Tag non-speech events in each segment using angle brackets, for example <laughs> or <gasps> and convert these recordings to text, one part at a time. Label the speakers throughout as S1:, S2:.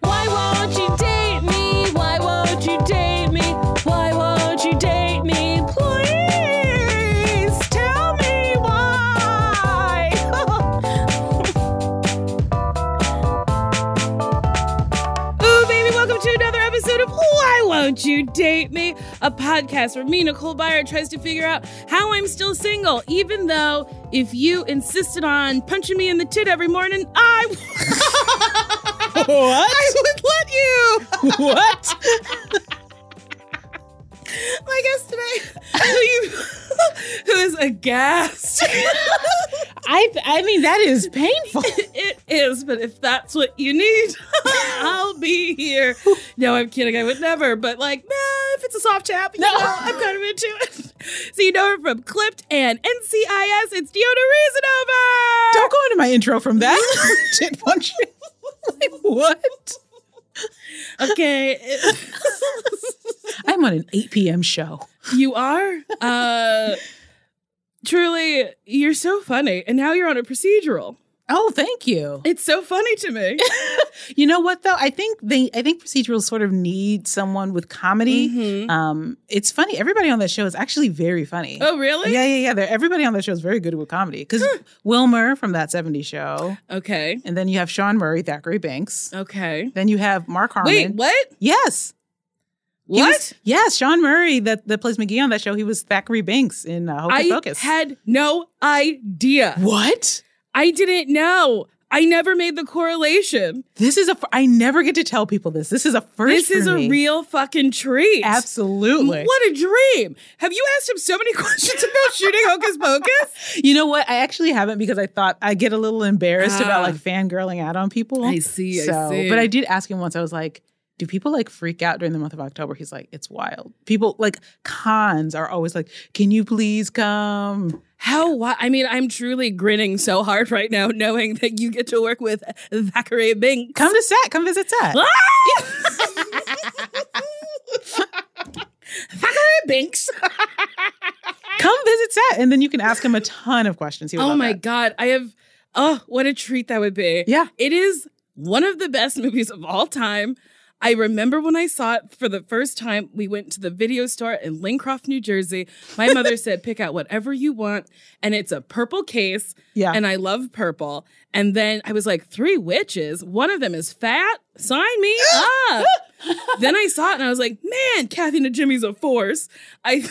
S1: Why won't you date me? Why won't you date me? Why won't you date me? Please tell me why. <laughs> Ooh, baby, welcome to another episode of Why Won't You Date Me? A podcast where me, Nicole Byer, tries to figure out how I'm still single, even though if you insisted on punching me in the tit every morning, I, I would let you.
S2: <laughs> what?
S1: My guest today, who,
S2: <laughs>
S1: you, who is aghast.
S2: I I mean that is painful.
S1: it is, but if that's what you need, <laughs> I'll be here. No, I'm kidding. I would never, but like, nah, if it's a soft tap, you
S2: No.
S1: know, I'm kind of into it. So you know her from Clipped and NCIS. It's Diona Reasonova.
S2: Don't go into my intro from <laughs> that. Tit punch. Like, what?
S1: Okay,
S2: I'm on an 8 p.m. show.
S1: you are. Uh, truly, you're so funny, and now you're on a procedural.
S2: Oh, thank you.
S1: It's so funny to me.
S2: You know what though? I think they I think procedurals sort of need someone with comedy.
S1: Mhm.
S2: Um, it's funny. Everybody on that show is actually very funny.
S1: Oh, really? Hmm.
S2: Yeah, yeah, yeah. They're, everybody on that show is very good with comedy. Because Wilmer from that 70s show,
S1: Okay.
S2: and then you have Sean Murray, Thackeray Banks.
S1: Okay.
S2: Then you have Mark Harmon.
S1: Wait, what?
S2: Yes. He
S1: What?
S2: was- yes, Sean Murray that, that plays McGee on that show. He was Thackeray Banks in uh, Hocus
S1: I
S2: Pocus.
S1: had no idea.
S2: what?
S1: I didn't know. I never made the correlation.
S2: This is a. fir- I never get to tell people this. This is a first.
S1: This is
S2: for
S1: a
S2: me.
S1: real fucking treat.
S2: Absolutely.
S1: What a dream. Have you asked him so many <laughs> questions about shooting Hocus
S2: <laughs>
S1: Pocus?
S2: You know what? I actually haven't because I thought I get a little embarrassed
S1: Ah.
S2: about like fangirling out on people.
S1: I see, I
S2: So-
S1: see.
S2: But I did ask him once. I was like, "Do people like freak out during the month of October?" He's like, "It's wild. People like cons are always like, can you please come?'"
S1: How? Why? I mean, I'm truly grinning so hard right now, knowing that you get to work with Zachary Bing.
S2: Come to set. Come visit set.
S1: Zachary Binks.
S2: Come visit set, and then you can ask him a ton of questions. He would
S1: Oh
S2: love
S1: my
S2: that.
S1: god, I have oh, what a treat that would be.
S2: Yeah.
S1: It is one of the best <laughs> movies of all time. I remember when I saw it for the first time, we went to the video store in Lincroft, New Jersey. My
S2: <laughs>
S1: mother said, "Pick out whatever you want." And it's a purple case,
S2: Yeah.
S1: and I love purple. And then I was like, three witches. One of them is fat. Sign
S2: <laughs>
S1: me up. then I saw it and I was like, man, Kathy and Jimmy's a force. I <laughs>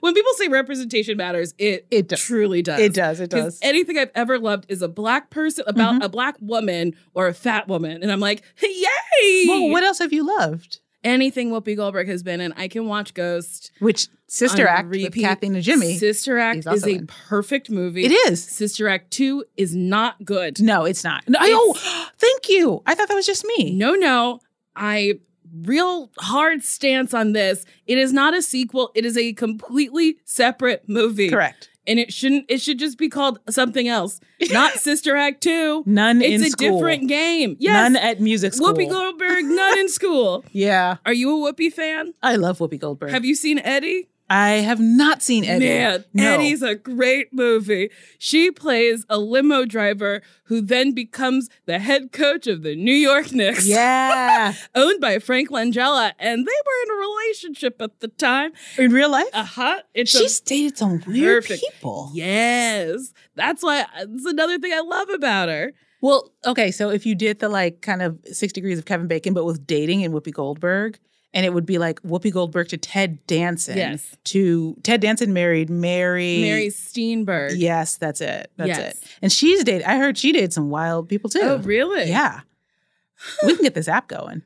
S1: when people say representation matters, it
S2: It does.
S1: truly does.
S2: It does. It
S1: 'Cause
S2: does. Mm-hmm.
S1: anything I've ever loved is a black person about a black woman or a fat woman, and I'm like, <laughs> yay!
S2: well, what else have you loved?
S1: Anything Whoopi Goldberg has been in, I can watch Ghost.
S2: Which sister
S1: on
S2: act with
S1: repeat.
S2: Kathy and Jimmy?
S1: Sister Act
S2: he's
S1: is
S2: also
S1: a
S2: in.
S1: perfect movie.
S2: It is.
S1: Sister Act Two is not good.
S2: No, it's not. No, I- oh, <gasps> thank you. I thought that was just me.
S1: No, no, I real hard stance on this. It is not a sequel. It is a completely separate movie.
S2: Correct.
S3: and it shouldn't. It should just be called something else,
S2: <laughs>
S3: not Sister Act Two.
S2: None
S3: It's
S2: in
S3: a
S2: school.
S3: different game. Yes,
S2: None at music school.
S3: Whoopi Goldberg, none
S2: <laughs>
S3: in school.
S2: Yeah,
S3: Are you a Whoopi fan?
S2: I love Whoopi Goldberg.
S3: Have you seen Eddie?
S2: I have not seen Eddie.
S3: Man,
S2: No.
S3: Eddie's <laughs> a great movie. She plays a limo driver who then becomes the head coach of the New York
S2: <laughs>
S3: Knicks,
S2: Yeah,
S3: owned by Frank Langella, and they were in a relationship at the time.
S2: in real life,
S3: Uh huh. It's a-
S2: she's dated some weird
S3: perfect-
S2: people.
S3: yes. That's why it's another thing I love about her.
S2: Well, okay, so if you did the like kind of six degrees of Kevin Bacon, but with dating and Whoopi Goldberg, and it would be like Whoopi Goldberg to Ted Danson.
S3: Yes.
S2: To Ted Danson married Mary.
S3: Mary Steenberg.
S2: Yes, that's it. That's
S3: Yes.
S2: it. And she's dated. I heard she dated some wild people too.
S3: Oh, really?
S2: Yeah. we can get this app going.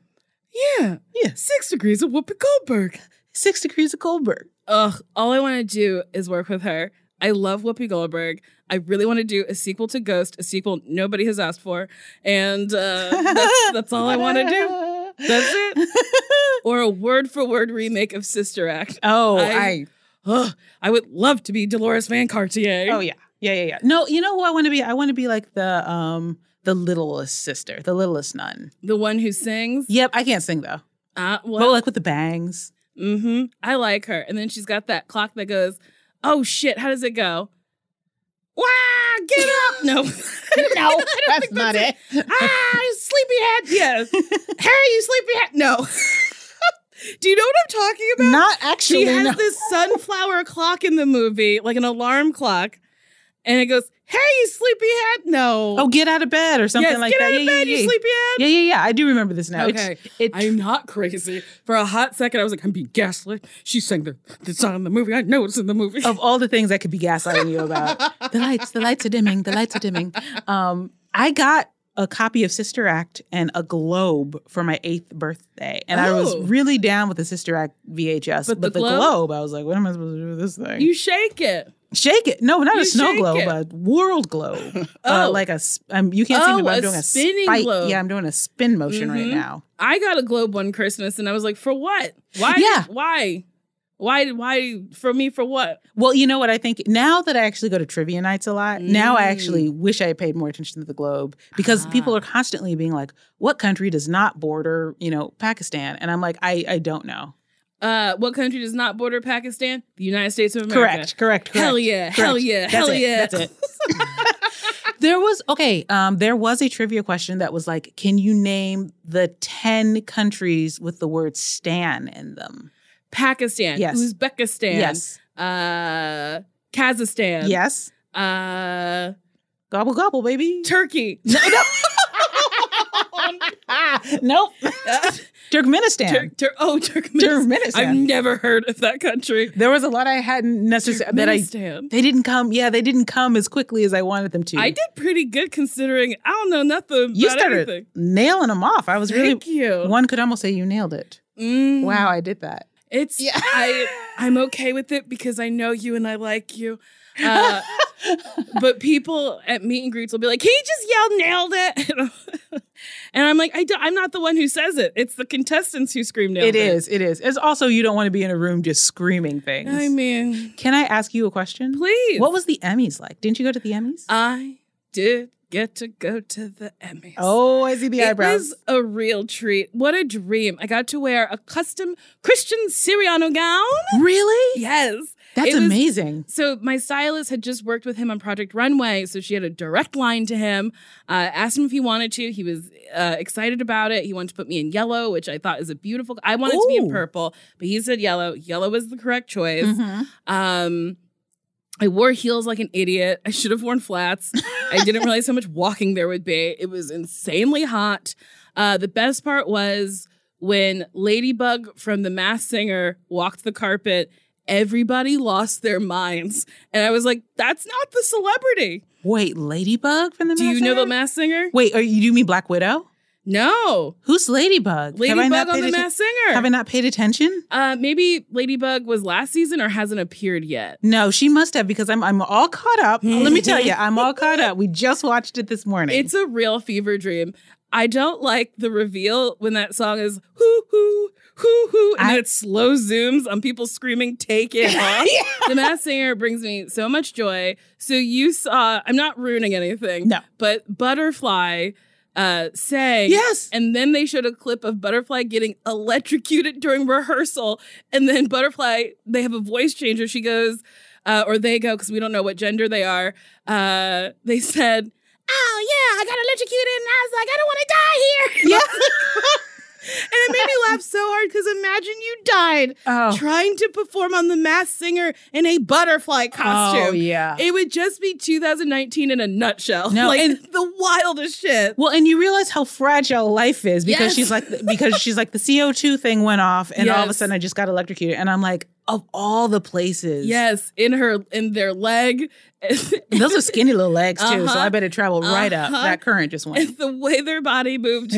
S3: Yeah.
S2: Yeah.
S3: Six degrees of Whoopi Goldberg.
S2: Six degrees of Goldberg.
S3: Ugh, all I want to do is work with her. I love Whoopi Goldberg. I really want to do a sequel to Ghost, a sequel nobody has asked for. And uh, <laughs> that's, that's all I want to do.
S2: <laughs> do.
S3: That's <laughs> it. Or a word for word remake of Sister Act.
S2: oh,
S3: I-
S2: I
S3: Ugh, I would love to be Dolores Van Cartier.
S2: Oh yeah. Yeah, yeah, yeah. No, you know who I want to be? I want to be like the um the littlest sister, the littlest nun.
S3: The one who sings.
S2: Yep, I can't sing though.
S3: Uh,
S2: But
S3: well,
S2: like with the bangs.
S3: mm-hmm. I like her. And then she's got that clock that goes, oh shit, how does it go? Wah, get up. <laughs> No. <laughs>
S2: <laughs>
S3: I don't think it. ah, <laughs> sleepyhead. Yes. <laughs> Harry, you sleepyhead. No. <laughs> Do you know what I'm talking about?
S2: Not
S3: She
S2: actually.
S3: has
S2: no.
S3: this sunflower clock in the movie, like an alarm clock, and it goes, "Hey, you sleepyhead!" No,
S2: oh, get out of bed or something
S3: yes,
S2: like
S3: get
S2: that.
S3: out of
S2: yeah,
S3: bed,
S2: yeah,
S3: you
S2: yeah.
S3: sleepyhead.
S2: yeah, yeah, yeah. I do remember this now. It's-
S3: Okay.
S2: It,
S3: I'm not crazy. For a hot second, I was like, "I'm being gaslit." She sang the the song in the movie. I know it's in the <laughs> movie.
S2: of all the things I could be gaslighting you about, the lights, the lights are dimming, the lights are dimming. Um, I got a copy of Sister Act and a globe for my eighth birthday, and I was
S3: Oh.
S2: really down with the Sister Act VHS,
S3: But
S2: but, the,
S3: the globe?
S2: globe? I was like, what am I supposed to do with this thing?
S3: you shake it.
S2: shake it. No, not
S3: You
S2: a snow
S3: shake
S2: globe,
S3: it.
S2: a world globe.
S3: <laughs> Oh.
S2: uh, like a s- um, you can't see
S3: Oh,
S2: me, but
S3: a
S2: I'm doing a
S3: spinning
S2: spike.
S3: globe.
S2: Yeah, I'm doing a spin motion right
S3: Mhm.
S2: now.
S3: I got a globe one Christmas, and I was like, "For what? Why?
S2: Yeah.
S3: Why? Why? Why? For me? For what?"
S2: Well, you know what I think now that I actually go to trivia nights a lot. Now I
S3: Mm.
S2: actually wish I had paid more attention to the globe because people
S3: Ah.
S2: are constantly being like, "What country does not border, you know, Pakistan?" And I'm like, "I I don't know."
S3: Uh, what country does not border Pakistan? The United States of America.
S2: Correct, correct, correct.
S3: Hell yeah. Hell
S2: Correct.
S3: yeah.
S2: That's
S3: hell
S2: it,
S3: yeah.
S2: That's it. <laughs> there was okay. Um, there was a trivia question that was like, "Can you name the ten countries with the word Stan in them?"
S3: Pakistan.
S2: Yes.
S3: Uzbekistan.
S2: Yes,
S3: Uh, Kazakhstan.
S2: yes.
S3: Uh,
S2: Gobble gobble, baby.
S3: Turkey.
S2: <laughs> No,
S3: <laughs>
S2: no. <laughs> nope. Turkmenistan.
S3: Tur- Tur- oh, Turkmenistan.
S2: Turkmenistan.
S3: I've never heard of that country.
S2: there was a lot I hadn't necessarily that I
S3: Turkmenistan.
S2: they didn't come. Yeah, they didn't come as quickly as I wanted them to.
S3: I did pretty good considering I don't know nothing
S2: You
S3: about
S2: started
S3: anything.
S2: nailing them off. I was really
S3: Thank you.
S2: one could almost say you nailed it.
S3: Mm.
S2: Wow, I did that.
S3: It's
S2: Yeah.
S3: I
S2: <laughs>
S3: I'm okay with it because I know you and I like you. Uh, but people at meet and greets will be like, "He just yelled, nailed it," <laughs> and I'm- and I'm like, I do, "I'm not the one who says it. It's the contestants who scream nailed
S2: it
S3: it."
S2: is. It is. It's also you don't want to be in a room just screaming things.
S3: I mean,
S2: Can I ask you a question?
S3: please.
S2: What was the Emmys like? Didn't you go to the Emmys?
S3: I did get to go to the Emmys.
S2: oh, I see the
S3: it
S2: eyebrows.
S3: was a real treat. What a dream! I got to wear a custom Christian Siriano gown.
S2: really?
S3: Yes.
S2: That's
S3: It was-
S2: amazing.
S3: So my stylist had just worked with him on Project Runway, so she had a direct line to him. Uh, asked him if he wanted to. He was uh, excited about it. He wanted to put me in yellow, which I thought is a beautiful. I wanted to be in
S2: Ooh.
S3: purple, but he said yellow. Yellow was the correct choice.
S2: Mhm.
S3: Um, I wore heels like an idiot. I should have worn flats.
S2: <laughs>
S3: I didn't realize how much walking there would be. It was insanely hot. Uh, the best part was when Ladybug from The Masked Singer walked the carpet. Everybody lost their minds, and I was like, "That's not the celebrity."
S2: Wait, Ladybug from the
S3: Do you know The
S2: Masked Singer?
S3: Masked Singer?
S2: Wait, are you do you mean Black Widow?
S3: No,
S2: Who's Ladybug? Have I not
S3: Ladybug on
S2: paid
S3: The
S2: atten-
S3: Masked Singer.
S2: Have I not paid attention?
S3: uh, maybe Ladybug was last season or hasn't appeared yet.
S2: No, she must have because I'm I'm all caught
S3: <laughs>
S2: up. Let me tell you, I'm all caught up. We just watched it this morning.
S3: It's a real fever dream. I don't like the reveal when that song is hoo hoo hoo hoo, and
S2: I-
S3: then it slow zooms on people screaming, take
S2: <laughs>
S3: it off. The Masked Singer brings me so much joy. So you saw, I'm not ruining anything,
S2: No.
S3: but Butterfly uh, sang.
S2: Yes.
S3: And then they showed a clip of Butterfly getting electrocuted during rehearsal. And then Butterfly, they have a voice change where she goes, uh, or they go, because we don't know what gender they are. Uh, they said, Oh, yeah, I got electrocuted. And I was like, I don't want to die here. <laughs> and it made me laugh so hard because imagine you died
S2: Oh.
S3: trying to perform on The Masked Singer in a butterfly costume.
S2: Oh, yeah.
S3: It would just be 2019 in a nutshell.
S2: No,
S3: <laughs> like
S2: and-
S3: the wildest shit.
S2: Well, and you realize how fragile life is because
S3: Yes. <laughs>
S2: she's like because she's like the CO two thing went off and all of a
S3: Yes.
S2: sudden I just got electrocuted and I'm like of all the places
S3: Yes, in her in their leg. <laughs>
S2: And those are skinny little legs too so
S3: Uh-huh.
S2: I bet it traveled right up
S3: Uh-huh.
S2: that current just went
S3: <laughs> and the way their body moved.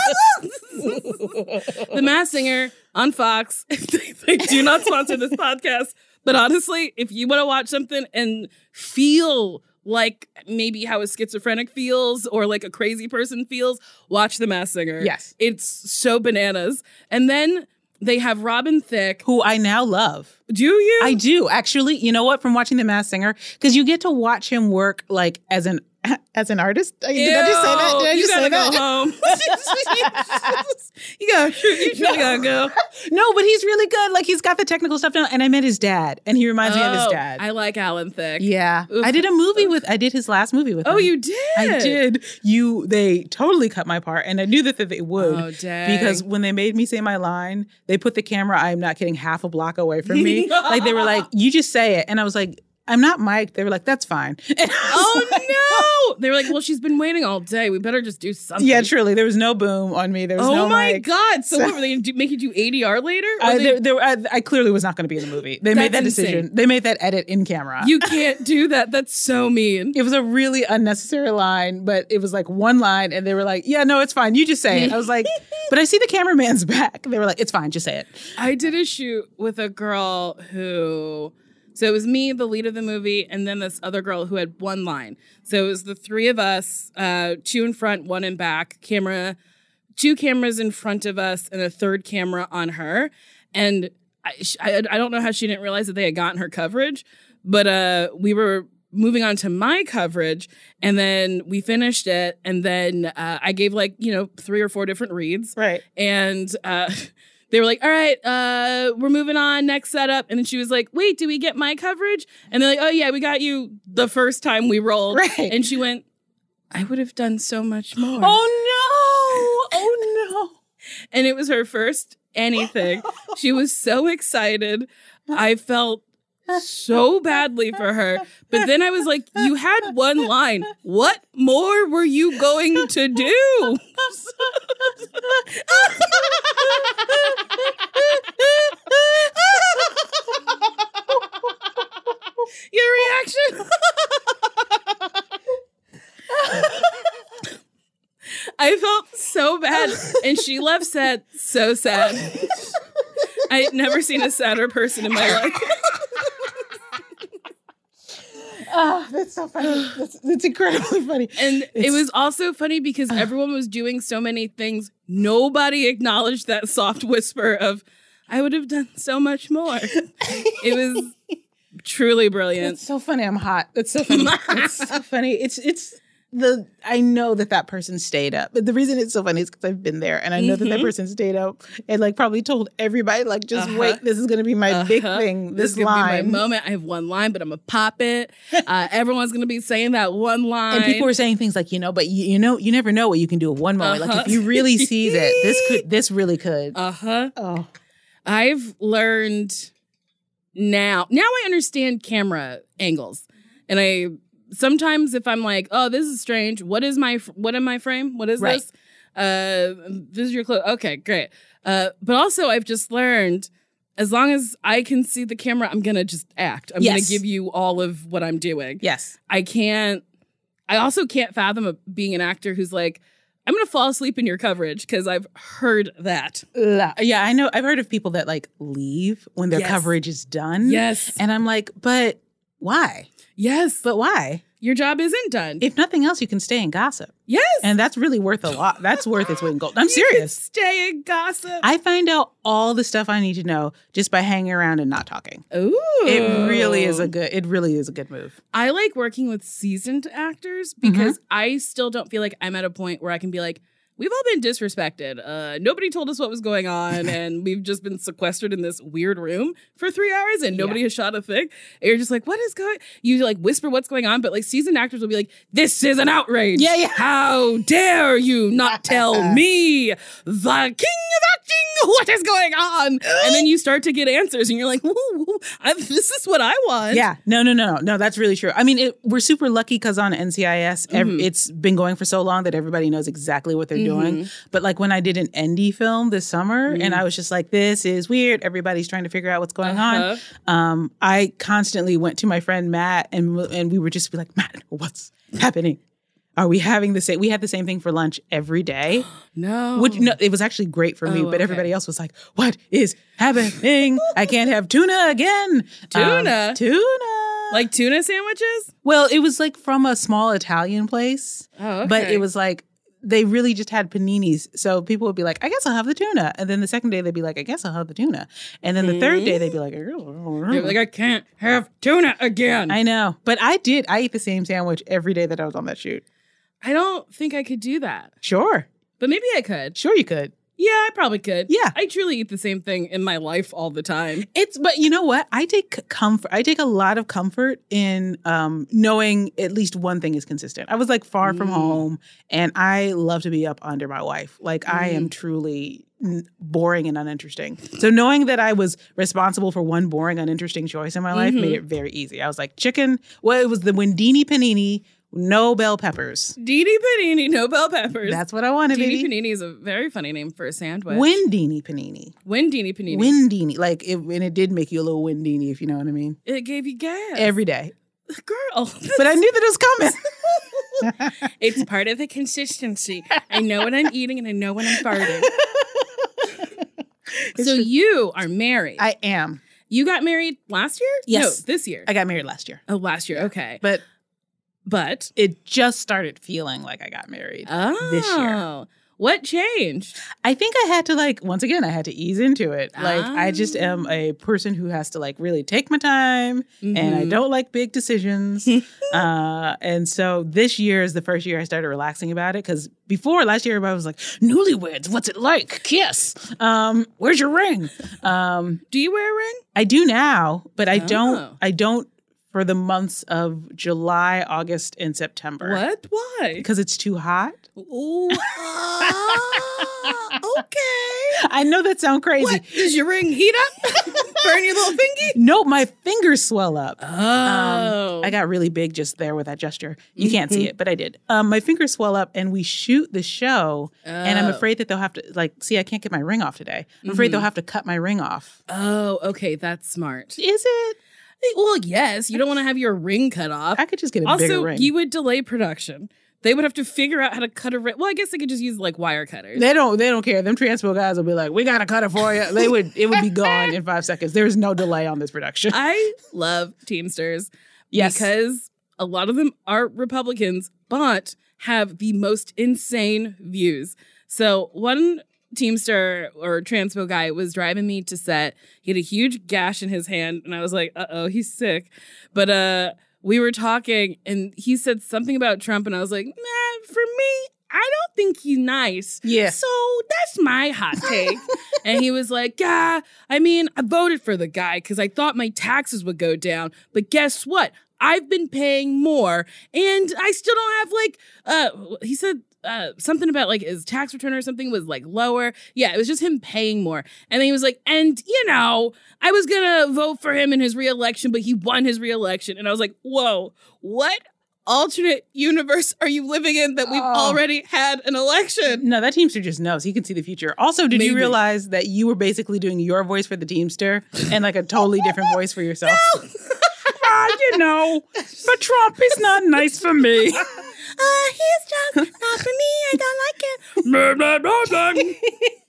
S3: <laughs> the Mass Singer on Fox. <laughs> they, they do not sponsor this podcast, but honestly, if you want to watch something and feel like maybe how a schizophrenic feels or like a crazy person feels, watch The Mass Singer.
S2: yes
S3: It's so bananas. And then they have Robin Thicke.
S2: who I now love
S3: Do you?
S2: I do actually you know what from watching The Masked Singer because you get to watch him work like as an <laughs> as an artist did I just say that
S3: Ew,
S2: did I
S3: you
S2: just
S3: gotta
S2: say
S3: go
S2: that <laughs>
S3: home. you gotta, <laughs> you truly gotta go.
S2: no but he's really good like he's got the technical stuff down and I met his dad and he reminds me of his
S3: Oh,
S2: dad
S3: I like Alan Thicke.
S2: Yeah.
S3: Oof.
S2: I did a movie with I did his last movie with
S3: Oh,
S2: him.
S3: you did.
S2: I did. You they totally cut my part and I knew that that they would.
S3: Oh, dang.
S2: because when they made me say my line, they put the camera, I am not kidding, half a block away from
S3: <laughs>
S2: me. like they were like, you just say it. And I was like, I'm not Mike. They were like, that's fine. <laughs> And I was
S3: Oh
S2: like-
S3: no! They were like, "Well, she's been waiting all day. We better just do something."
S2: Yeah, truly. There was no boom on me. There was
S3: Oh
S2: no
S3: my
S2: like,
S3: god! So, what were they gonna do, make you do ADR later? Or
S2: I,
S3: they- <laughs>
S2: there, there, I, I clearly was not going to be in the movie. They made that
S3: That's
S2: decision.
S3: insane.
S2: They made that edit in camera.
S3: you can't do that. That's so mean.
S2: it was a really unnecessary line, but it was like one line, and they were like, "Yeah, no, it's fine. You just say it." I was
S3: <laughs>
S2: like, "But I see the cameraman's back." They were like, "It's fine. Just say it."
S3: I did a shoot with a girl who. So it was me, the lead of the movie, and then this other girl who had one line. So it was the three of us, uh, two in front, one in back, camera, two cameras in front of us, and a third camera on her. And I, sh- I, I don't know how she didn't realize that they had gotten her coverage, but uh, we were moving on to my coverage, and then we finished it, and then uh, I gave like you know three or four different reads,
S2: Right.
S3: and uh, <laughs> they were like, "All right, uh, we're moving on. Next setup." And then she was like, "Wait, do we get my coverage?" And they're like, "Oh yeah, we got you the first time we
S2: <laughs>
S3: rolled."
S2: Right.
S3: And <laughs> she went, "I would have done so much more."
S2: Oh no! Oh
S3: And it was her first anything. she was so excited. I felt so badly for her. But then I was like, "You had one line. What more were you going to do?" Oh, Your reaction. I felt so bad, and she left set so sad. I had never seen a sadder person in my life.
S2: no! <laughs> Ah, that's so funny. That's, that's incredibly funny.
S3: And it
S2: It's-
S3: was also
S2: <sighs>
S3: funny because everyone was doing so many things. Nobody acknowledged that soft whisper of, I would have done so much more. it was
S2: <laughs>
S3: truly brilliant.
S2: That's so funny. I'm hot. That's so
S3: <laughs>
S2: funny. That's so funny. It's it's the I know that that person stayed up, but the reason it's so funny is because I've been there, and I know that that
S3: Mhm.
S2: person stayed up and like probably told everybody like, just
S3: Uh-huh.
S2: wait, this is gonna be my big
S3: Uh-huh.
S2: thing.
S3: This,
S2: This,
S3: is gonna
S2: line.
S3: be my moment. I have one line, but I'm gonna pop it.
S2: <laughs>
S3: Uh, everyone's gonna be saying that one line.
S2: And people were saying things like, you know, but you, you know, you never know what you can do at one moment. Like if
S3: Uh-huh.
S2: you really seize <laughs> it, this could, this really could.
S3: uh huh.
S2: oh,
S3: I've learned now. Now I understand camera angles, and I sometimes if I'm like, "Oh, this is strange. What is my fr- what am my frame? What is
S2: Right.
S3: this? Uh, this is your clue. Okay, great. Uh, but also I've just learned." As long as I can see the camera, I'm gonna just act. I'm
S2: Yes.
S3: gonna give you all of what I'm doing.
S2: yes,
S3: I can't. I also can't fathom a, being an actor who's like, I'm gonna fall asleep in your coverage because I've heard that.
S2: La- Uh, yeah. I know. I've heard of people that like leave when their
S3: Yes.
S2: Mm-hmm. coverage is done.
S3: Yes,
S2: and I'm like, but why?
S3: yes.
S2: But why?
S3: your job isn't done.
S2: If nothing else, you can stay and gossip.
S3: yes.
S2: And that's really worth a lot. That's worth its weight in gold. I'm
S3: You can
S2: serious.
S3: stay and gossip.
S2: I find out all the stuff I need to know just by hanging around and not talking.
S3: Ooh.
S2: It really is a good it really is a good move.
S3: I like working with seasoned actors
S2: Mm-hmm.
S3: because I still don't feel like I'm at a point where I can be like, we've all been disrespected. Uh, nobody told us what was going
S2: <laughs>
S3: on, and we've just been sequestered in this weird room for three hours, and nobody has shot a thing. And you're just like, what is going? You like whisper what's going on, but like seasoned actors will be like, this is an outrage.
S2: Yeah, yeah.
S3: How dare you
S2: <laughs>
S3: not tell me, the king of acting, what is going on? And then you start to get answers, and you're like, Ooh, I, this is what I want.
S2: Yeah. No, no, no, no. No, that's really true. I mean, it, we're super lucky because on NCIS, ev- it's been going for so long that everybody knows exactly what they're doing. But like when I did an indie film this summer and I was just like, this is weird. Everybody's trying to figure out what's going
S3: Uh-huh.
S2: on. Um, I constantly went to my friend Matt and, w- and we would just be like, Matt, what's happening? Are we having the same? We had the same thing for lunch every day.
S3: No.
S2: Which no, it was actually great for me,
S3: Oh,
S2: but
S3: okay.
S2: everybody else was like, "What is happening? I can't have tuna again." Um,
S3: Tuna?
S2: <laughs> tuna.
S3: like tuna sandwiches?
S2: well, it was like from a small Italian place,
S3: Oh,
S2: but it was like they really just had paninis. So people would be like, "I guess I'll have the tuna," and then the second day they'd be like, "I guess I'll have the tuna," and then the third day they'd be like,
S3: They were like I can't have tuna again. I,
S2: "I know," but I did. I ate the same sandwich every day that I was on that shoot.
S3: don't think I could do that,
S2: Sure,
S3: but maybe I could.
S2: sure you could.
S3: Yeah, I probably could.
S2: Yeah.
S3: I truly eat the same thing in my life all the time.
S2: It's but you know what? I take comfort. I take a lot of comfort in um, knowing at least one thing is consistent. I was like far from
S3: Mm.
S2: home, and I love to be up under my wife. Like I
S3: Mm.
S2: am truly n- boring and uninteresting. So knowing that I was responsible for one boring, uninteresting choice in my life made
S3: Mm-hmm.
S2: it very easy. I was like chicken. Well, it was the Wendini panini, no bell peppers.
S3: Dee Dee Panini, no bell peppers.
S2: That's what I wanted,
S3: Dee Dee
S2: baby.
S3: Panini is a very funny name for a sandwich.
S2: Wendini panini,
S3: When Dee Dee Panini.
S2: Wendini. Like it, and it did make you a little Wendini, if you know what I mean.
S3: it gave you gas.
S2: Every day.
S3: <laughs> girl.
S2: <laughs> but I knew that it was coming.
S3: it's part of the consistency. I know what I'm eating and I know when
S2: <laughs>
S3: I'm farting. so you are married.
S2: I am.
S3: you got married last year?
S2: Yes.
S3: No, this year.
S2: I got married last year,
S3: oh, last year. Okay.
S2: but
S3: But
S2: it just started feeling like I got married.
S3: oh,
S2: this year.
S3: What changed?
S2: I think I had to like once again. I had to ease into it. Like I just am a person who has to like really take my time, and I
S3: Mhm.
S2: don't like big decisions. uh, and so this year is the first year I started relaxing about it because before last year everybody was like, "Newlyweds, what's it like? Kiss? Um, where's your ring?" Um,
S3: Do you wear a ring?
S2: I do now, but I don't.
S3: Oh.
S2: I don't for the months of July, August, and September.
S3: What? Why?
S2: Because it's too hot.
S3: Ooh,
S2: <laughs>
S3: ah, okay.
S2: I know that sounds crazy.
S3: What? Does your ring heat up?
S2: <laughs>
S3: Burn your little fingy?
S2: No, my fingers swell up. Um,
S3: Oh. Mm-hmm.
S2: I got really big just there with that gesture. You can't see it, but I did. Um, my fingers swell up, and we shoot the show. And I'm
S3: Oh. Mm-hmm.
S2: afraid that they'll have to like. See, I can't get my ring off today. I'm afraid they'll have to cut my ring off.
S3: Oh, okay. That's smart.
S2: Is it?
S3: Well, yes. You don't want to have your ring cut off.
S2: I could just get a bigger
S3: Also,
S2: ring.
S3: you would delay production. They would have to figure out how to cut a ring. Well, I guess they could just use like wire
S2: <laughs>
S3: cutters.
S2: They don't. They don't care. Them transpo guys will be like, "We gotta cut it for you." They would. It would be
S3: <laughs>
S2: gone in five seconds. There's no delay on this production.
S3: I love Teamsters.
S2: Yes.
S3: Because a lot of them are Republicans, but have the most insane views. So one Teamster or transpo guy was driving me to set. He had a huge gash in his hand, and I was like, uh oh, he's sick. But uh we were talking and he said something about Trump, and I was like, nah, for me, I don't think he's nice.
S2: Yeah.
S3: So that's my hot take. and he was like, Yeah, I mean, I voted for the guy because I thought my taxes would go down. But guess what? I've been paying more and I still don't have like, uh, he said, uh, something about like his tax return or something was like lower. Yeah, it was just him paying more. And then he was like, and you know, I was gonna vote for him in his reelection, but he won his reelection. And I was like, whoa, what alternate universe are you living in that we've
S2: Oh.
S3: already had an election?
S2: No, that Teamster just knows. He can see the future. Also, did you
S3: Maybe.
S2: realize that you were basically doing your voice for the Teamster and like a totally different voice for yourself? <laughs> Ah, you know, but Trump is not nice for me.
S3: <laughs> Uh, he's just not for me. I
S2: <laughs>
S3: don't like it.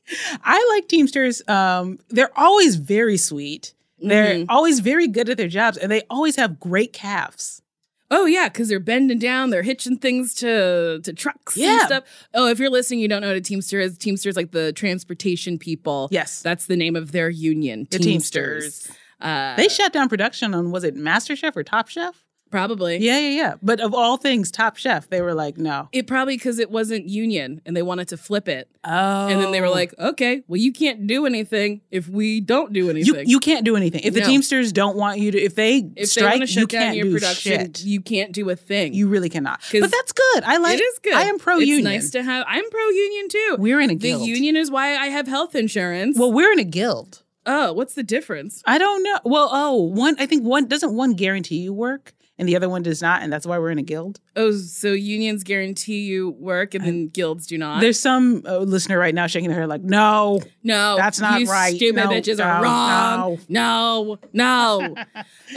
S2: I like Teamsters. Um, they're always
S3: Mm-hmm.
S2: very sweet. They're always very good at their jobs, and they always have great calves.
S3: Oh yeah, because they're bending down, they're hitching things to to trucks and
S2: Yeah.
S3: stuff. Oh, if you're listening, you don't know what a Teamster is. Teamsters like the transportation people.
S2: Yes.
S3: that's the name of their union.
S2: The Teamsters.
S3: Uh,
S2: They shut down production on was it Master Chef or Top Chef?
S3: probably.
S2: Yeah, yeah, yeah. But of all things, Top Chef, they were like, no.
S3: It probably because it wasn't union and they wanted to flip it.
S2: Oh.
S3: And then they were like, okay, well, you can't do anything if we don't do
S2: you,
S3: anything.
S2: you can't do anything. If the
S3: No.
S2: Teamsters don't want you to, if they
S3: if they
S2: strike,
S3: want to
S2: you
S3: shut down
S2: can't
S3: your
S2: do
S3: production,
S2: shit.
S3: you can't do a thing.
S2: You really cannot.
S3: 'Cause
S2: But that's good. I like
S3: it is good.
S2: I am pro
S3: It's
S2: union.
S3: nice to have. I'm pro union too.
S2: we're in a
S3: the
S2: guild.
S3: union is why I have health insurance.
S2: well, we're in a guild.
S3: oh, what's the difference?
S2: I don't know. Well, oh, one. I think one doesn't one guarantee you work, and the other one does not, and that's why we're in a guild.
S3: Oh, so unions guarantee you work and then guilds do not.
S2: There's some uh, listener right now shaking their head like, no,
S3: No,
S2: That's not
S3: Oh, you
S2: right.
S3: Stupid
S2: No,
S3: bitches
S2: no,
S3: are wrong. No,
S2: <laughs>
S3: no.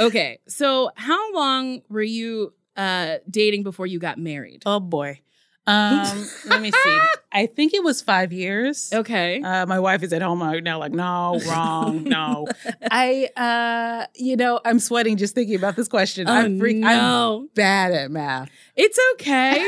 S3: okay, so how long were you uh, dating before you got married?
S2: oh boy. Um, let me <laughs> see. I think it was five years.
S3: <laughs> Okay,
S2: Uh, my wife is at home right now, like, no, <laughs> wrong, no. I, uh, you know, I'm sweating just thinking about this question.
S3: Oh,
S2: I'm freak-
S3: no.
S2: I'm bad at math.
S3: it's
S2: <laughs>
S3: okay.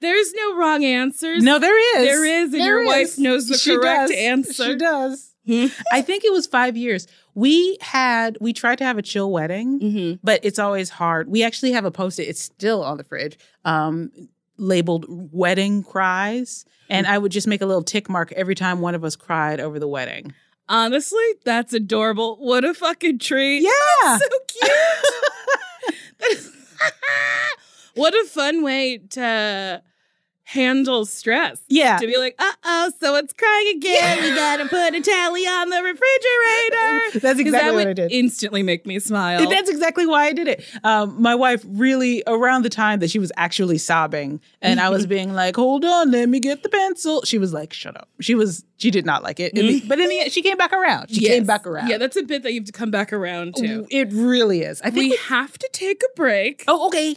S3: There's no wrong answers.
S2: No, there is.
S3: There is, and your wife knows the correct
S2: does.
S3: answer.
S2: She does.
S3: Hmm.
S2: I think it was five years. We had we tried to have a chill wedding,
S3: Mhm.
S2: but it's always hard. We actually have a post-it. It's still on the fridge, um, labeled "wedding cries," and
S3: Mm.
S2: I would just make a little tick mark every time one of us cried over the wedding.
S3: Honestly, that's adorable. What a fucking treat.
S2: Yeah.
S3: so cute.
S2: <laughs>
S3: what a fun way to handle stress.
S2: Yeah,
S3: to be like, uh oh, so it's crying again. We gotta put a tally on the
S2: <laughs>
S3: refrigerator.
S2: that's exactly
S3: Because that
S2: what
S3: would
S2: I did.
S3: instantly make me smile.
S2: That's exactly why I did it. Um, my wife really, around the time that she was actually sobbing, and I
S3: <laughs>
S2: was being like, "Hold on, let me get the pencil." She was like, "Shut up." She was. She did not like it. In the- but in the end, she came back around. She
S3: Yes.
S2: came back around.
S3: Yeah, that's a bit that you have to come back around to.
S2: It really is. I
S3: We
S2: think.
S3: have to take a break.
S2: oh, okay.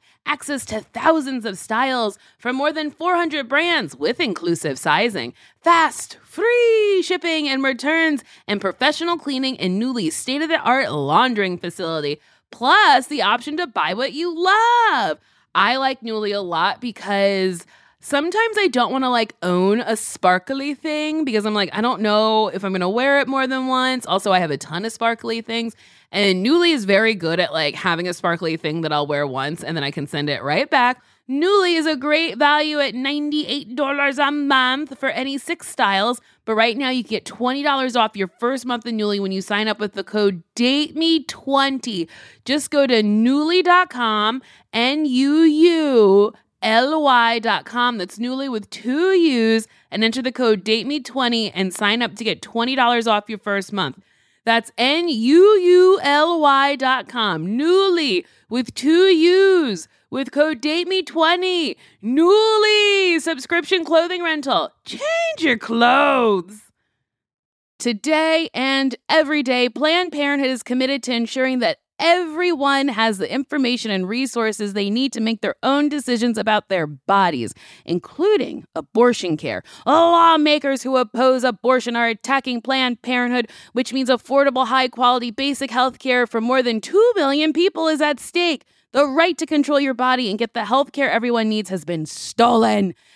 S1: access to thousands of styles from more than 400 brands with inclusive sizing, fast, free shipping and returns, and professional cleaning in Newly's state of the art laundering facility, plus the option to buy what you love. I like Newly a lot because. Sometimes I don't want to like own a sparkly thing because I'm like, I don't know if I'm going to wear it more than once. Also, I have a ton of sparkly things. And Newly is very good at like having a sparkly thing that I'll wear once and then I can send it right back. Newly is a great value at $98 a month for any six styles. But right now, you can get $20 off your first month of Newly when you sign up with the code DATEME20. Just go to newly.com, N U U ly.com. That's newly with two U's and enter the code DATEME20 and sign up to get $20 off your first month. That's N U U L Y.com. Newly with two U's with code DATEME20. Newly subscription clothing rental. Change your clothes. Today and every day, Planned Parenthood is committed to ensuring that everyone has the information and resources they need to make their own decisions about their bodies, including abortion care. Lawmakers who oppose abortion are attacking Planned Parenthood, which means affordable, high quality, basic health care for more than 2 million people is at stake. The right to control your body and get the health care everyone needs has been stolen.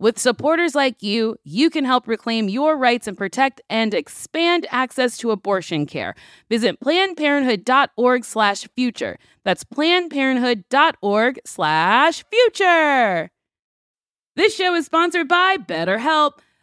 S1: With supporters like you, you can help reclaim your rights and protect and expand access to abortion care. Visit PlannedParenthood.org/future. That's PlannedParenthood.org/future. This show is sponsored by BetterHelp.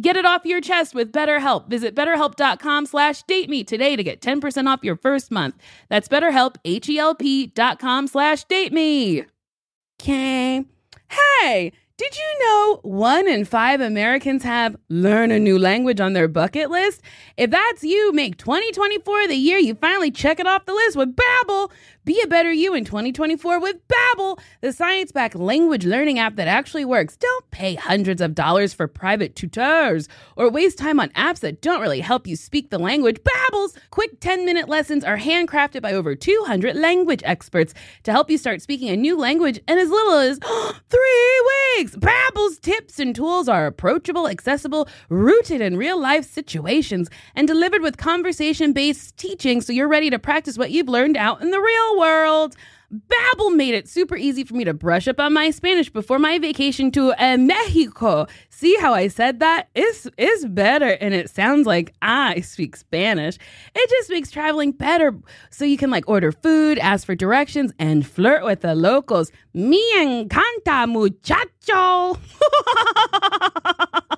S1: Get it off your chest with BetterHelp. Visit betterhelp.com slash date me today to get 10% off your first month. That's betterhelp, H-E-L-P dot com slash date me. Okay. Hey, did you know one in five Americans have learn a new language on their bucket list? If that's you, make 2024 the year you finally check it off the list with Babbel. Be a better you in 2024 with Babbel, the science-backed language learning app that actually works. Don't pay hundreds of dollars for private tutors or waste time on apps that don't really help you speak the language. Babbel's quick 10-minute lessons are handcrafted by over 200 language experts to help you start speaking a new language in as little as <gasps> 3 weeks. Babbel's tips and tools are approachable, accessible, rooted in real-life situations and delivered with conversation-based teaching so you're ready to practice what you've learned out in the real world. Babbel made it super easy for me to brush up on my Spanish before my vacation to uh, Mexico. See how I said that? It's, it's better, and it sounds like I speak Spanish. It just makes traveling better, so you can like order food, ask for directions, and flirt with the locals. Me encanta, muchacho. <laughs>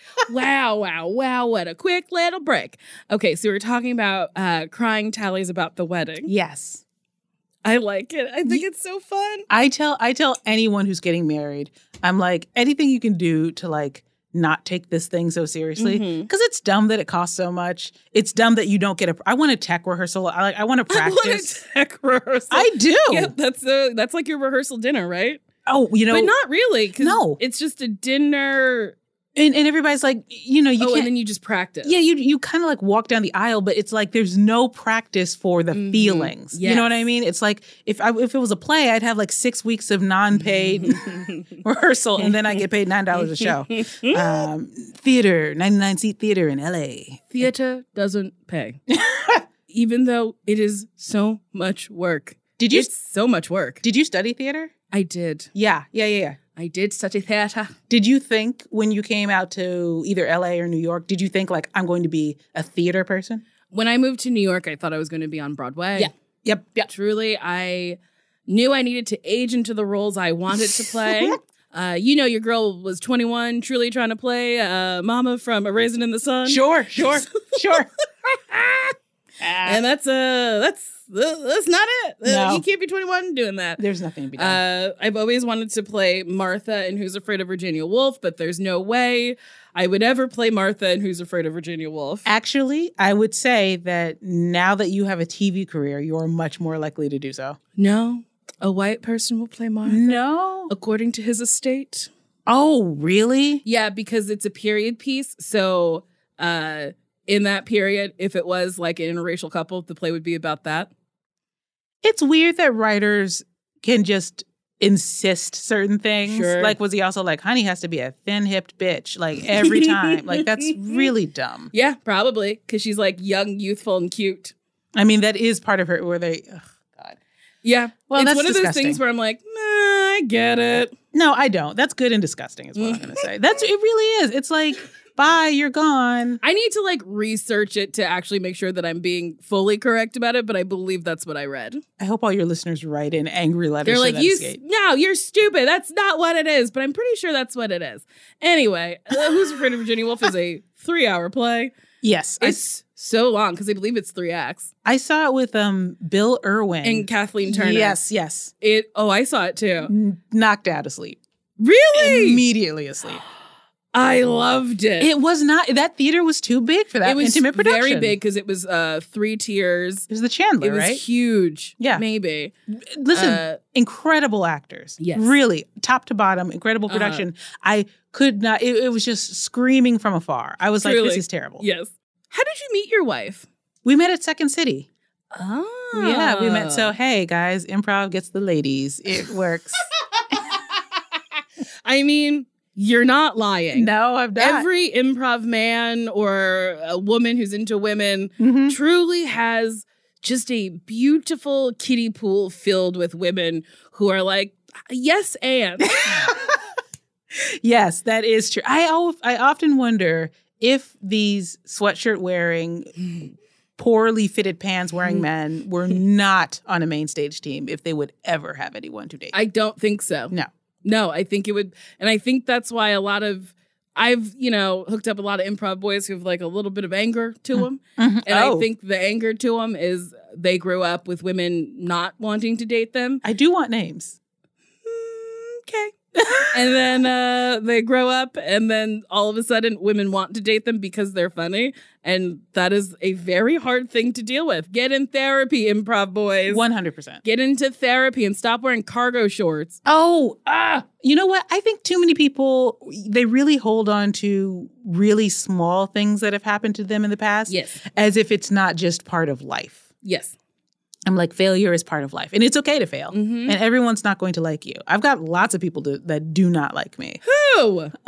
S3: wow, wow, wow. What a quick little break. Okay, so we were talking about uh, crying tallies about the wedding.
S2: Yes.
S3: I like it. I think it's so fun.
S2: I tell I tell anyone who's getting married, I'm like, anything you can do to like not take this thing so seriously
S1: Mm-hmm. <laughs>
S3: Mhm.
S2: because it's dumb that it costs so much. It's dumb that you don't get a I want a tech rehearsal. I like I want to practice.
S3: <laughs> I want a tech rehearsal.
S2: I, do.
S3: yeah, that's a, that's like your rehearsal dinner, right?
S2: Oh, you know,
S3: but not really. 'cause
S2: No.
S3: it's just a dinner.
S2: and, and everybody's like, you know, you
S3: oh,
S2: can't
S3: and then you just practice.
S2: Yeah, you you kind of like walk down the aisle, but it's like there's no practice for the
S3: Mhm.
S2: feelings. You know what I
S3: Yes.
S2: mean? It's like if I if it was a play, I'd have like six weeks of
S3: <laughs>
S2: non-paid <laughs> rehearsal, and then I get paid nine dollars a show. Um, theater, ninety-nine seat theater in L.A.
S3: Theater doesn't
S2: <laughs>
S3: pay, even though it is so much work.
S2: Did you
S3: it's so much work.
S2: did you study theater?
S3: I did.
S2: Yeah, yeah, yeah, yeah.
S3: I did study theater.
S2: Did you think when you came out to either L.A. or New York, did you think like I'm going to be a theater person?
S3: When I moved to New York, I thought I was going to be on Broadway.
S2: Yeah. Yep, yep.
S3: Truly, I knew I needed to age into the roles I wanted to
S2: <laughs>
S3: play. uh, you know, your girl was 21, truly trying to play uh, Mama from A Raisin in the Sun.
S2: Sure, sure, <laughs> sure.
S3: And that's uh that's that's not it. Uh,
S2: No.
S3: you can't be 21 doing that.
S2: There's nothing to be done.
S3: Uh, I've always wanted to play Martha in Who's Afraid of Virginia Woolf, but there's no way I would ever play Martha in Who's Afraid of Virginia Woolf.
S2: Actually, I would say that now that you have a TV career, you're much more likely to do so.
S3: No, a white person will play Martha,
S2: No.
S3: according to his estate.
S2: Oh, really?
S3: Yeah, because it's a period piece. So uh, in that period, if it was like an interracial couple, the play would be about that.
S2: It's weird that writers can just insist certain things.
S3: Sure.
S2: Like, was he also like, honey has to be a thin hipped bitch, like <laughs> every time? like, that's really dumb.
S3: Yeah, probably because she's like young, youthful, and cute.
S2: I mean, that is part of her where they, ugh, God.
S3: Yeah.
S2: Well,
S3: it's
S2: that's
S3: one of those
S2: disgusting.
S3: things where I'm like, nah, I get it.
S2: No, I don't. That's good and disgusting is what I'm going to say. That's it. Really is. It's like, bye, you're gone.
S3: I need to like research it to actually make sure that I'm being fully correct about it, but I believe that's what I read.
S2: I hope all your listeners write in angry letters.
S3: They're
S2: to
S3: like,
S2: that
S3: you, s-
S2: escape.
S3: no, you're stupid. That's not what it is, but I'm pretty sure that's what it is. Anyway, uh, Who's Afraid of Virginia Woolf is a three hour play.
S2: Yes, I,
S3: It's so long because I believe it's three acts.
S2: I saw it with um Bill Irwin
S3: And Kathleen Turner.
S2: Yes, yes.
S3: It, oh, I saw it too.
S2: N- knocked out asleep.
S3: Really?
S2: Immediately asleep.
S3: I loved it.
S2: It was not that theater was too big for that
S3: it was
S2: intimate production.
S3: very big because it was uh, three tiers.
S2: It was the Chandler,
S3: It was
S2: right?
S3: huge.
S2: Yeah.
S3: Maybe.
S2: Listen,
S3: Uh,
S2: incredible actors.
S3: Yes.
S2: Really, top to bottom, incredible
S3: Uh-huh.
S2: production. I could not it, it was just screaming from afar. I was like,
S3: Truly.
S2: this is terrible.
S3: yes. How did you meet your wife?
S2: We met at Second City.
S3: Oh.
S2: Yeah, we met.
S3: Ah.
S2: So hey guys, improv gets the ladies.
S3: <laughs>
S2: It works.
S3: I mean, you're not lying.
S2: no, I'm not.
S3: Every improv man or a woman who's into women <laughs>
S2: Mhm.
S3: truly has just a beautiful kiddie pool filled with women who are like, yes,
S2: <laughs>
S3: and.
S2: Yes, that is true. I al- I often wonder if these sweatshirt wearing poorly fitted pants wearing
S3: Mm-hmm.
S2: men
S3: <laughs>
S2: were not on a main stage team if they would ever have anyone to date.
S3: I don't think so.
S2: No.
S3: No, I think it would and I think that's why a lot of I've, you know, hooked up a lot of improv boys who have like a little bit of anger to
S2: Mm.
S3: them.
S2: Mhm.
S3: And
S2: Oh.
S3: I think the anger to them is they grew up with women not wanting to date them.
S2: I do want names.
S3: Okay. and then uh, they grow up, and then all of a sudden, women want to date them because they're funny. And that is a very hard thing to deal with. Get in therapy, improv boys.
S2: 100%.
S3: Get into therapy and stop wearing cargo shorts.
S2: Oh, ah, you know what? I think too many people they really hold on to really small things that have happened to them in the past
S3: Yes.
S2: as if it's not just part of life.
S3: Yes.
S2: I'm like failure is part of life and it's okay to fail.
S3: Mm-hmm.
S2: And everyone's not going to like you. I've got lots of people to, that do not like me.
S3: <laughs>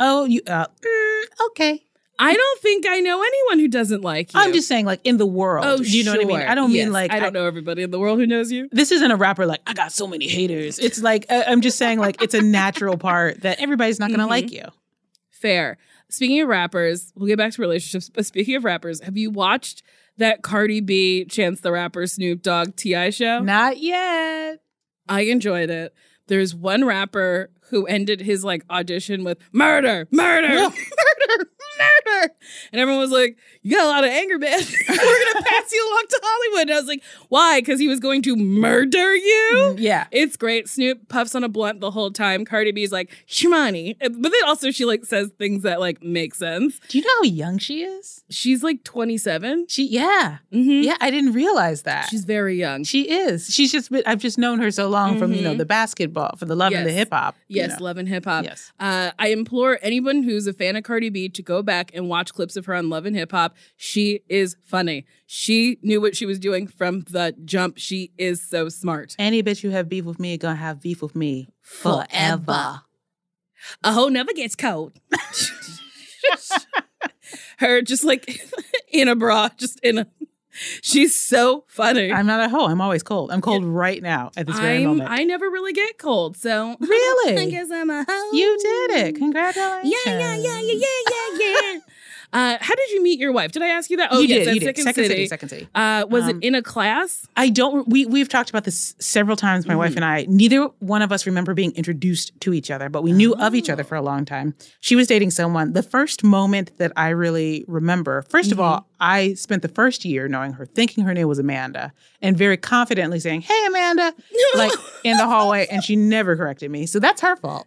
S2: Oh, you uh, mm, okay.
S3: I don't think I know anyone who doesn't like you.
S2: I'm just saying, like in the world.
S3: Oh,
S2: do you know what I mean?
S3: sure.
S2: I don't
S3: Yes.
S2: mean like
S3: I don't know everybody in the world who knows you.
S2: This isn't a rapper like I got so many haters. It's like I, I'm just saying like it's a natural part that everybody's not going to
S3: Mhm.
S2: like you.
S3: Fair. Speaking of rappers, we'll get back to relationships. But speaking of rappers, have you watched that Cardi B, Chance the Rapper, Snoop Dogg, Ti show?
S2: Not yet.
S3: I enjoyed it. There's one rapper who ended his like audition with murder, murder, <laughs> murder, murder, and everyone was like, "You got a lot of anger, man. <laughs> We're gonna pass you along to Hollywood." And I was like, "Why?" Because he was going to murder you.
S2: Mm, Yeah.
S3: It's great. Snoop puffs on a blunt the whole time. Cardi B's like, Shimani. But then also she like says things that like make sense.
S2: Do you know how young she is?
S3: She's like 27.
S2: She yeah.
S3: Mm-hmm.
S2: Yeah, I didn't realize that.
S3: She's very young.
S2: she is. She's just been, I've just known her so long from, you know,
S3: Mhm.
S2: the basketball, for the love and the
S3: Yes.
S2: hip hop. you
S3: Yes,
S2: know.
S3: love and hip hop.
S2: Yes.
S3: Uh, I implore anyone who's a fan of Cardi B to go back and watch clips of her on Love and Hip Hop. She is funny. She knew what she was doing from the jump. She is so smart.
S2: Any bitch you have beef with me gonna have beef with me
S3: A hoe never gets cold. her just like in a bra, just in a. She's so funny.
S2: I'm not a hoe. I'm always cold. I'm cold right now at this very
S3: I'm- <laughs>
S2: moment.
S3: I never really get cold, so
S2: Really?
S3: I guess I'm a hoe.
S2: you did it. Congratulations.
S3: Yeah, yeah, yeah, yeah, yeah, yeah, yeah. uh, how did you meet your wife? Did I ask you that? Oh,
S2: you
S3: yes,
S2: did.
S3: at
S2: you did.
S3: Second,
S2: Second
S3: City.
S2: Second City.
S3: Uh, was
S2: Um,
S3: it in a class?
S2: I don't. We we've talked about this several times. My wife
S3: Mhm.
S2: and I. Neither one of us remember being introduced to each other, but we knew of each other
S3: Oh.
S2: for a long time. She was dating someone. The first moment that I really remember. 1st of
S3: Mhm.
S2: all, I spent the first year knowing her, thinking her name was Amanda, and very confidently saying, "Hey, Amanda," like in the hallway, and she never corrected me. So that's her fault.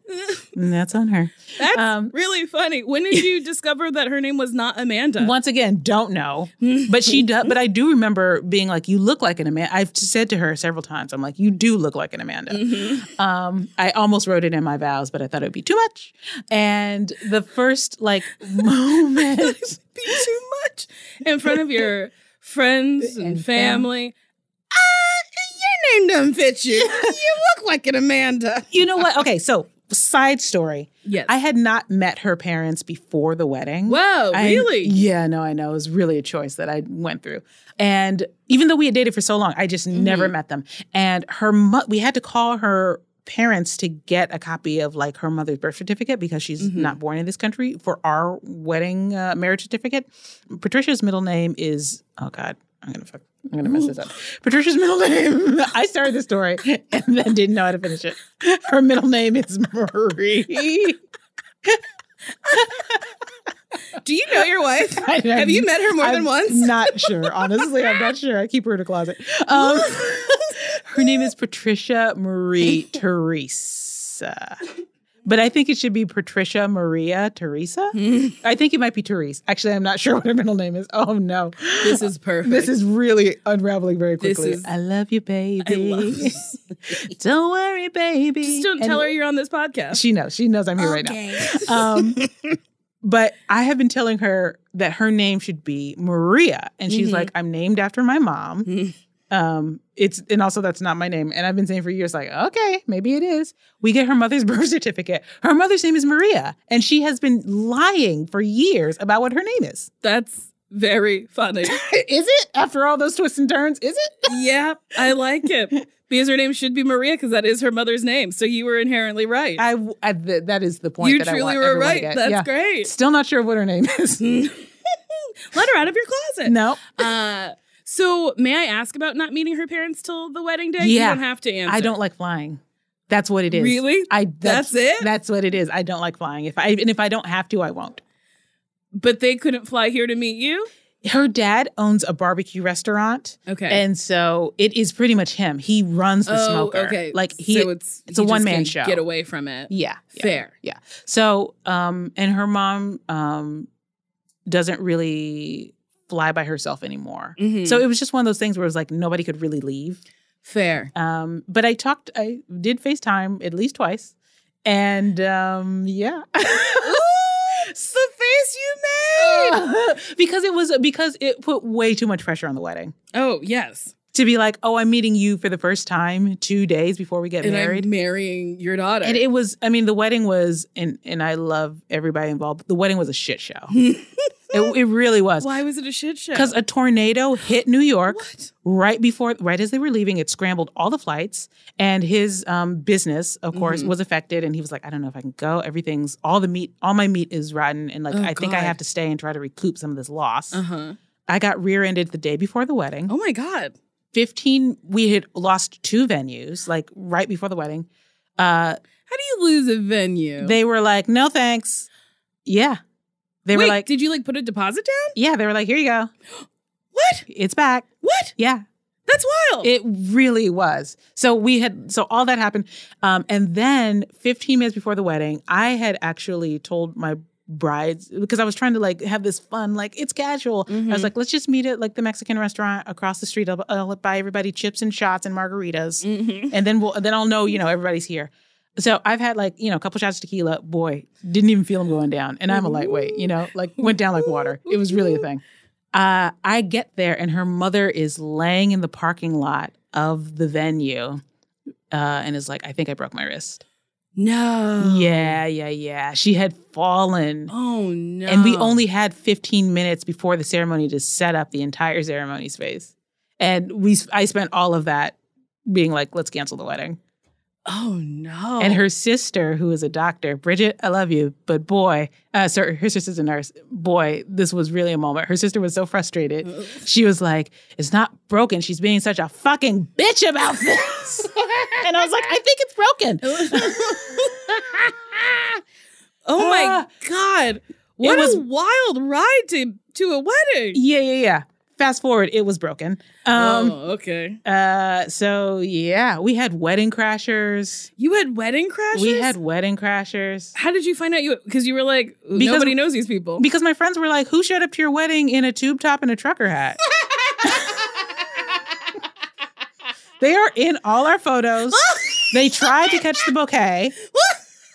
S2: And that's on her.
S3: That's
S2: Um,
S3: really funny. When did
S2: <laughs>
S3: you discover that her name was not Amanda?
S2: Once again, don't know. But she does. But I do remember being like, "You look like an Amanda." I've said to her several times, "I'm like, you do look like an Amanda."
S3: Mhm.
S2: Um, I almost wrote it in my vows, but I thought it would be too much. And the first like <laughs> moment,
S3: Be too much in front
S2: <laughs>
S3: of your friends and,
S2: And fam-
S3: family.
S2: <laughs>
S3: Ah, Uh, your name doesn't fit you. you look like an Amanda.
S2: you know what? Okay, so side story.
S3: Yes.
S2: I had not met her parents before the wedding.
S3: Whoa,
S2: I-
S3: really?
S2: yeah, no, I know. It was really a choice that I went through. And even though we had dated for so long, I just never met them. And her mo- we had to call her parents to get a copy of like her mother's birth certificate because she's not born in this country for our wedding uh, marriage certificate. Patricia's middle name is oh god, I'm going to fuck I'm gonna mess this up. Patricia's middle name. <laughs> I started the story and then didn't know how to finish it. Her middle name is Marie.
S3: Do you know your wife?
S2: <laughs>
S3: Have you met her more than
S2: I'm
S3: once?
S2: Not sure. Honestly, I'm not sure. I keep her in a closet. Um, <laughs> her name is Patricia <laughs> Marie Teresa. But I think it should be Patricia Maria Teresa. I think it might be Therese. Actually, I'm not <laughs> sure what her middle name is. Oh no.
S3: This is perfect.
S2: This is really unraveling very
S3: This
S2: quickly.
S3: is-
S2: I love you, baby.
S3: I love
S2: <laughs> don't worry, baby.
S3: Just don't tell her
S2: And
S3: you're on this podcast.
S2: She knows. She knows I'm <laughs> here right now.
S3: <laughs>
S2: Um, but I have been telling her that her name should be Maria, and she's
S3: Mhm.
S2: like, "I'm named after my mom."
S3: Mhm.
S2: Um, it's and also that's not my name, and I've been saying for years, like, "Okay, maybe it is." We get her mother's <laughs> birth certificate. Her mother's name is Maria, and she has been lying for years about what her name is.
S3: That's very <laughs> funny.
S2: is it after all those twists and turns? Is it?
S3: yeah, I like it. Because her name should be Maria, because that is her mother's name. So you were inherently right.
S2: I, I th- that is the point.
S3: you
S2: that I
S3: truly
S2: want
S3: were
S2: everyone to
S3: right.
S2: get.
S3: That's
S2: Yeah.
S3: great. <laughs>
S2: Still not sure what her name is.
S3: Let her out of your closet.
S2: no.
S3: Uh, so may I ask about not meeting her parents till the wedding day? You
S2: Yeah.
S3: don't have to answer.
S2: I don't like flying. That's what it is.
S3: Really?
S2: I
S3: That's it?
S2: That's what it is. I don't like flying. If I and if I don't have to, I won't.
S3: But they couldn't fly here to meet you.
S2: Her dad owns a barbecue restaurant,
S3: Okay.
S2: and so it is pretty much him. He runs the
S3: oh,
S2: smoker.
S3: okay.
S2: like he.
S3: So it's
S2: it's a
S3: you just
S2: one-man
S3: can't
S2: show.
S3: Get away from it.
S2: yeah, yeah.
S3: Fair.
S2: So, um, and her mom um doesn't really fly by herself anymore.
S3: Mhm.
S2: So it was just one of those things where it was like nobody could really leave.
S3: Fair.
S2: Um, but I talked, I did FaceTime at least twice. And um, yeah. <laughs>
S3: the face you <laughs>
S2: because it was because it put way too much pressure on the wedding
S3: Oh yes,
S2: to be like, oh, I'm meeting you for the first time two days before we get
S3: and
S2: married.
S3: I'm marrying your daughter.
S2: and it was, I mean, the wedding was, and and I love everybody involved. but The wedding was a shit
S3: <laughs>
S2: show. it, it really was.
S3: Why was it a shit show?
S2: Because a tornado hit New York
S3: What?
S2: right before, right as they were leaving, it scrambled all the flights, and his um, business, of course,
S3: Mhm.
S2: was affected. And he was like, "I don't know if I can go. Everything's all the meat, all my meat is rotten, and like
S3: Oh,
S2: I think I
S3: God.
S2: have to stay and try to recoup some of this loss."
S3: Uh huh.
S2: I got rear-ended the day before the wedding.
S3: Oh my god.
S2: Fifteen, we had lost two venues, like right before the wedding. Uh,
S3: How do you lose a venue?
S2: they were like, "No thanks." Yeah, they
S3: Wait,
S2: were like,
S3: did you like put a deposit down?
S2: "Yeah," they were like, "Here you go.
S3: What?
S2: It's back."
S3: What?
S2: Yeah,
S3: That's wild.
S2: It really was. So we had so all that happened, um, and then 15 minutes before the wedding, I had actually told my brides because I was trying to like have this fun, like it's casual. I was like, let's just meet at like the Mexican restaurant across the street. I'll, I'll buy everybody chips and shots and margaritas,
S3: Mhm.
S2: and then we'll then I'll know you know everybody's here. So I've had like you know a couple shots of tequila. Boy, didn't even feel them going down, and I'm a lightweight. You know, like went down like water. It was really a thing. Uh, I get there, and her mother is laying in the parking lot of the venue, uh, and is like, "I think I broke my wrist."
S3: No.
S2: Yeah, yeah, yeah. She had fallen,
S3: Oh no.
S2: and we only had 15 minutes before the ceremony to set up the entire ceremony space, and we I spent all of that being like, "Let's cancel the wedding."
S3: Oh no.
S2: And her sister, who is a doctor, Bridget, I love you, but boy, uh, sorry, her sister's a nurse. Boy, this was really a moment. Her sister was so frustrated. She was like, "It's not broken. She's being such a fucking bitch about this." and I was like, "I think it's broken." <laughs>
S3: <laughs> oh my
S2: Ah.
S3: god. What
S2: was-
S3: a wild ride to to a wedding.
S2: Yeah, yeah, yeah. Fast forward, it was broken. Um,
S3: oh, okay.
S2: uh, so yeah, we had wedding crashers.
S3: You had wedding crashes?
S2: We had wedding crashers.
S3: How did you find out you because you were like
S2: Because-
S3: nobody knows these <laughs> people.
S2: Because my friends were like, "Who showed up to your wedding in a tube top and a trucker <laughs> hat?" they are in all our <laughs> photos. they tried to catch the bouquet.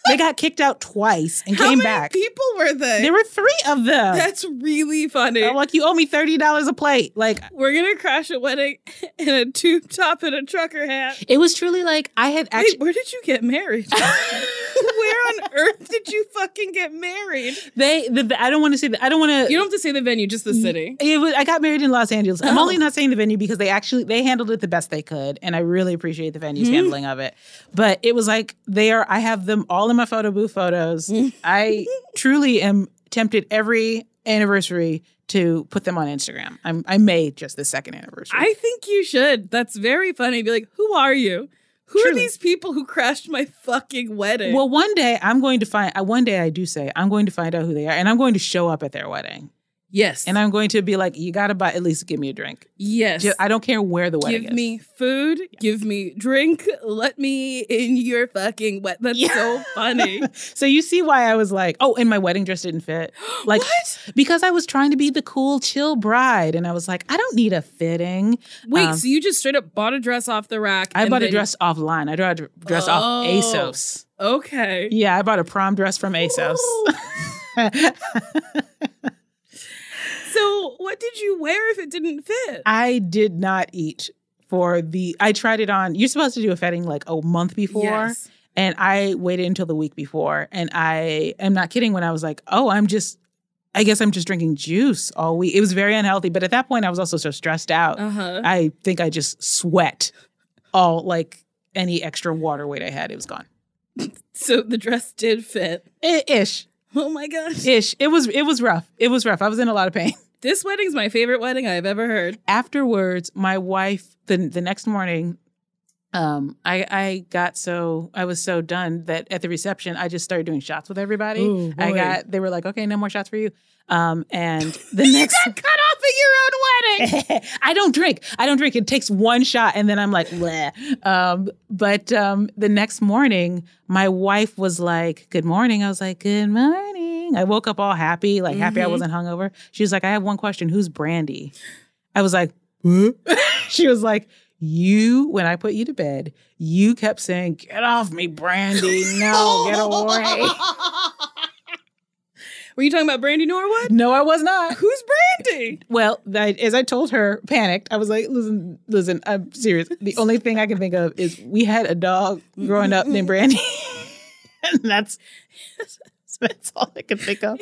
S2: they got kicked out twice and
S3: How
S2: came
S3: many
S2: back.
S3: people were they?
S2: There were three of them.
S3: That's really funny.
S2: I'm like, "You owe me thirty dollars a plate." Like,
S3: we're gonna crash a wedding <laughs> in a tube top and a trucker hat.
S2: it was truly like I had
S3: Wait,
S2: actually. <laughs>
S3: where did you get married? Where on earth did you fucking get married?
S2: They, the, the- I don't want to say that. I don't want
S3: You
S2: to.
S3: don't have to say the venue, just the city.
S2: It was, I got married in Los Angeles. I'm
S3: Oh.
S2: only not saying the venue because they actually they handled it the best they could, and I really appreciate the venue's
S3: Mm-hmm.
S2: handling of it. But it was like they are. I have them all in my photo booth photos.
S3: <laughs>
S2: I truly am tempted every anniversary to put them on Instagram. I'm, I may just the second anniversary.
S3: I think you should. That's very funny. Be like, who are you? Who are
S2: Truly.
S3: these people who crashed my fucking wedding?
S2: Well, one day I'm going to find. uh, One day I do say I'm going to find out who they are, and I'm going to show up at their wedding,
S3: yes.
S2: and I'm going to be like, "You got to buy at least give me a drink.
S3: yes.
S2: Ju- I don't care where the wedding
S3: give
S2: is.
S3: me food, give me drink, let me in your fucking wet. That's
S2: Yeah.
S3: so funny.
S2: so you see why I was like, oh, and my wedding dress didn't
S3: <gasps>
S2: fit, like
S3: What?
S2: because I was trying to be the cool, chill bride, and I was like, I don't need a fitting.
S3: Wait,
S2: Um,
S3: so you just straight up bought a dress off the rack?
S2: I
S3: and
S2: bought a
S3: then-
S2: dress offline. I bought a dress off
S3: Oh.
S2: ASOS.
S3: Okay.
S2: Yeah, I bought a prom dress from ASOS.
S3: So what did you wear if it didn't fit?
S2: <laughs> I did not eat for the. I tried it on. You're supposed to do a fetting like a month before.
S3: Yes.
S2: And I waited until the week before. And I am not kidding when I was like, oh, I'm just, I guess I'm just drinking juice all week. It was very unhealthy. But at that point, I was also so stressed out.
S3: Uh huh.
S2: I think I just sweat all like any extra water weight I had. It was gone.
S3: So the dress did fit.
S2: I- ish,
S3: Oh my gosh.
S2: ish. It was, it was rough. It was rough. I was in a lot of pain.
S3: This wedding's my favorite wedding I've ever heard.
S2: afterwards, my wife the the next morning, um, I I got so I was so done that at the reception I just started doing shots with everybody.
S3: Ooh,
S2: I
S3: boy.
S2: got they were like, okay, no more shots for you. Um,
S3: <laughs>
S2: and the next
S3: got cut off at your own wedding.
S2: <laughs> I don't drink. I don't drink. It takes one shot and then I'm like, bleh. Um, but um, the next morning, my wife was like, Good morning. I was like, Good morning. I woke up all happy, like happy I
S3: Mhm.
S2: wasn't hungover. She was like, I have one question. Who's Brandy? I was like, "Huh?" <laughs> She was like, you, when I put you to bed, you kept saying, Get off me, Brandy. No, get away.
S3: Were you talking about Brandy Norwood?
S2: No, I was not.
S3: Who's Brandy?
S2: Well, I, as I told her, panicked, I was like, "Listen, listen, I'm serious. The only thing I can think of is we had a dog growing up named Brandy, <laughs> and that's <laughs> that's all I can think of.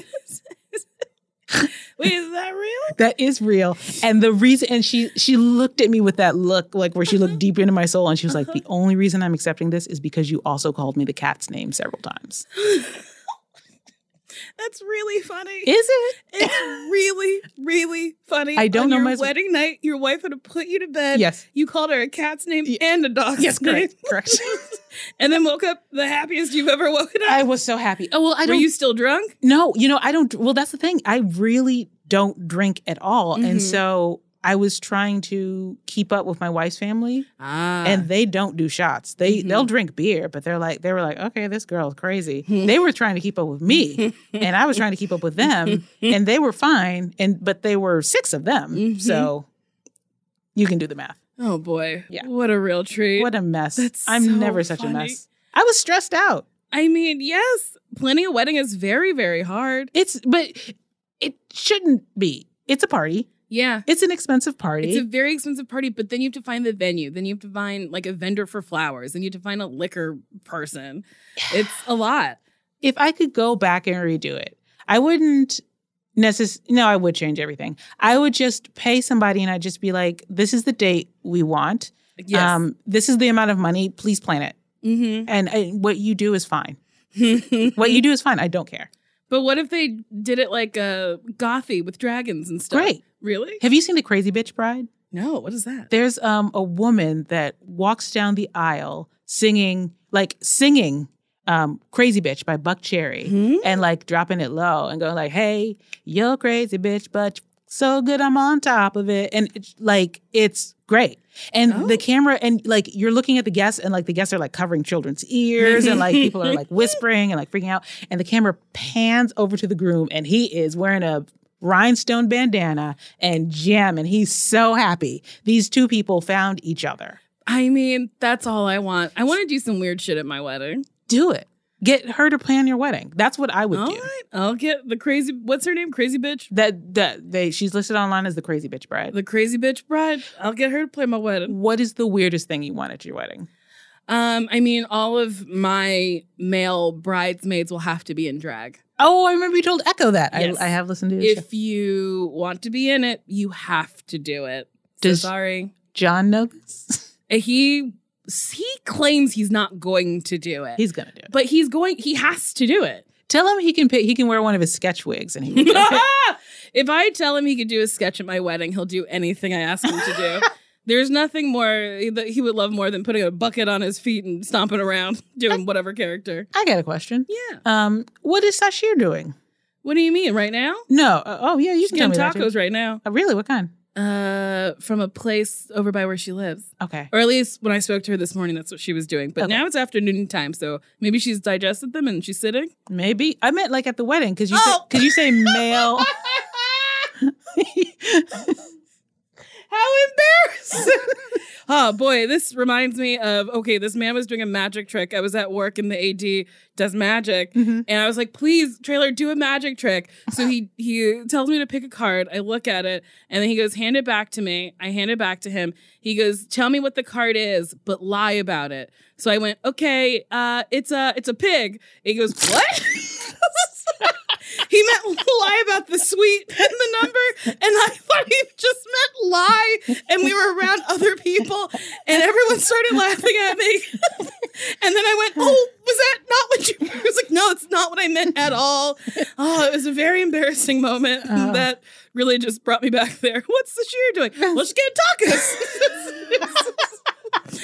S3: Wait, is that real?
S2: That is real. And the reason, and she she looked at me with that look, like where she looked deep into my soul, and she was like, "The only reason I'm accepting this is because you also called me the cat's name several times.
S3: That's really funny.
S2: Is it?
S3: it's really, really funny.
S2: I don't
S3: On
S2: know
S3: Your
S2: my-
S3: wedding night, your wife would have put you to bed.
S2: Yes.
S3: You called her a cat's name and a dog's
S2: Yes,
S3: name,
S2: correct, correct.
S3: and then woke up the happiest you've ever woken
S2: <laughs>
S3: up.
S2: I was so happy. Oh well, I
S3: Were
S2: don't.
S3: you still drunk?
S2: No, you know, I don't. Well, that's the thing. I really don't drink at all. And
S3: Mhm.
S2: so I was trying to keep up with my wife's family,
S3: Ah,
S2: and they don't do shots. They
S3: Mhm.
S2: they'll drink beer, but they're like they were like, okay, this girl's
S3: <laughs>
S2: crazy. they were trying to keep up with me, and I was trying to keep up with
S3: <laughs>
S2: them, and they were fine. And but they were six of them,
S3: Mhm.
S2: so you can do the math.
S3: oh boy,
S2: Yeah.
S3: what a real treat.
S2: What a mess!
S3: That's
S2: I'm
S3: so
S2: never such
S3: funny.
S2: a mess. I was stressed out.
S3: I mean, yes, planning a wedding is very, very hard.
S2: It's but it shouldn't be. It's a party.
S3: Yeah.
S2: It's an expensive party.
S3: It's a very expensive party, but then you have to find the venue. Then you have to find like a vendor for flowers. Then you have to find a liquor person. It's a lot.
S2: if I could go back and redo it, I wouldn't necess- no, I would change everything. I would just pay somebody and I'd just be like, this is the date we want. Um,
S3: Yes.
S2: this is the amount of money. Please plan it.
S3: <laughs> hmm
S2: And I, what you do is fine. What you do is fine. I don't care.
S3: but what if they did it like a uh, gothy with dragons and stuff?
S2: Great.
S3: Really?
S2: Have you seen the Crazy Bitch Bride?
S3: No. What is that?
S2: There's um a woman that walks down the aisle singing like singing um Crazy Bitch by Buck Cherry.
S3: Hmm?
S2: and like dropping it low and going like, "Hey, you're crazy, bitch, but so good, I'm on top of it." And it's, like, it's great. And
S3: Oh.
S2: the camera and like you're looking at the guests and like the guests are like covering children's ears and like people <laughs> are like whispering and like freaking out. And the camera pans over to the groom and he is wearing a rhinestone bandana and jam and he's so happy. These two people found each other.
S3: I mean, that's all I want. I want to do some weird shit at my wedding.
S2: Do it. Oh. Get her to plan your wedding. That's what I would
S3: All
S2: do.
S3: right. I'll get the crazy. What's her name? Crazy bitch.
S2: That that they she's listed online as the crazy bitch bride.
S3: The crazy bitch bride. I'll get her to play my wedding.
S2: What is the weirdest thing you want at your wedding?
S3: Um, I mean, all of my male bridesmaids will have to be in drag.
S2: Oh, I remember you told Echo that.
S3: Yes.
S2: I, I have listened to his show.
S3: If you want to be in it, you have to do it. So
S2: Does-
S3: sorry.
S2: John know <laughs> this?
S3: He he claims he's not going to do it.
S2: He's gonna do it.
S3: but he's going he has to
S2: <laughs>
S3: do it. <laughs>
S2: Tell him he can pick, he can wear one of his sketch wigs and he will do <laughs> it.
S3: if I tell him he could do a sketch at my wedding, he'll do anything I ask him to
S2: <laughs>
S3: do. There's nothing more that he would love more than putting a bucket on his feet and stomping around <laughs> doing whatever character.
S2: I got a question.
S3: Yeah.
S2: Um, what is Sashir doing?
S3: What do you mean right now?
S2: No. Uh, oh yeah, you
S3: She's
S2: can tell
S3: getting
S2: me that, too.
S3: tacos right now.
S2: Uh, really? What kind?
S3: Uh, from a place over by where she lives.
S2: Okay.
S3: Or at least when I spoke to her this morning, that's what she was doing. But
S2: Okay.
S3: now it's afternoon time, so maybe she's digested them and she's sitting.
S2: Maybe I meant like at the wedding because you said
S3: Oh.
S2: because you say <laughs> male.
S3: How embarrassing! <laughs> oh boy, this reminds me of okay, this man was doing a magic trick. I was at work and the AD does magic.
S2: Mhm.
S3: And I was like, please, trailer, do a magic trick. So he he tells me to pick a card. I look at it, and then he goes, hand it back to me. I hand it back to him. He goes, tell me what the card is, but lie about it. So I went, okay, uh, it's a it's a pig. And he goes, what? <laughs> he meant lie about the sweet and the number, and I thought he just meant lie. And we were around other people, and everyone started laughing at me. <laughs> and then I went, "Oh, was that not what you?" I was like, "No, it's not what I meant at all." Oh, it was a very embarrassing moment
S2: Oh.
S3: that really just brought me back there. <laughs> What's the sheer doing? Well, she's getting tacos.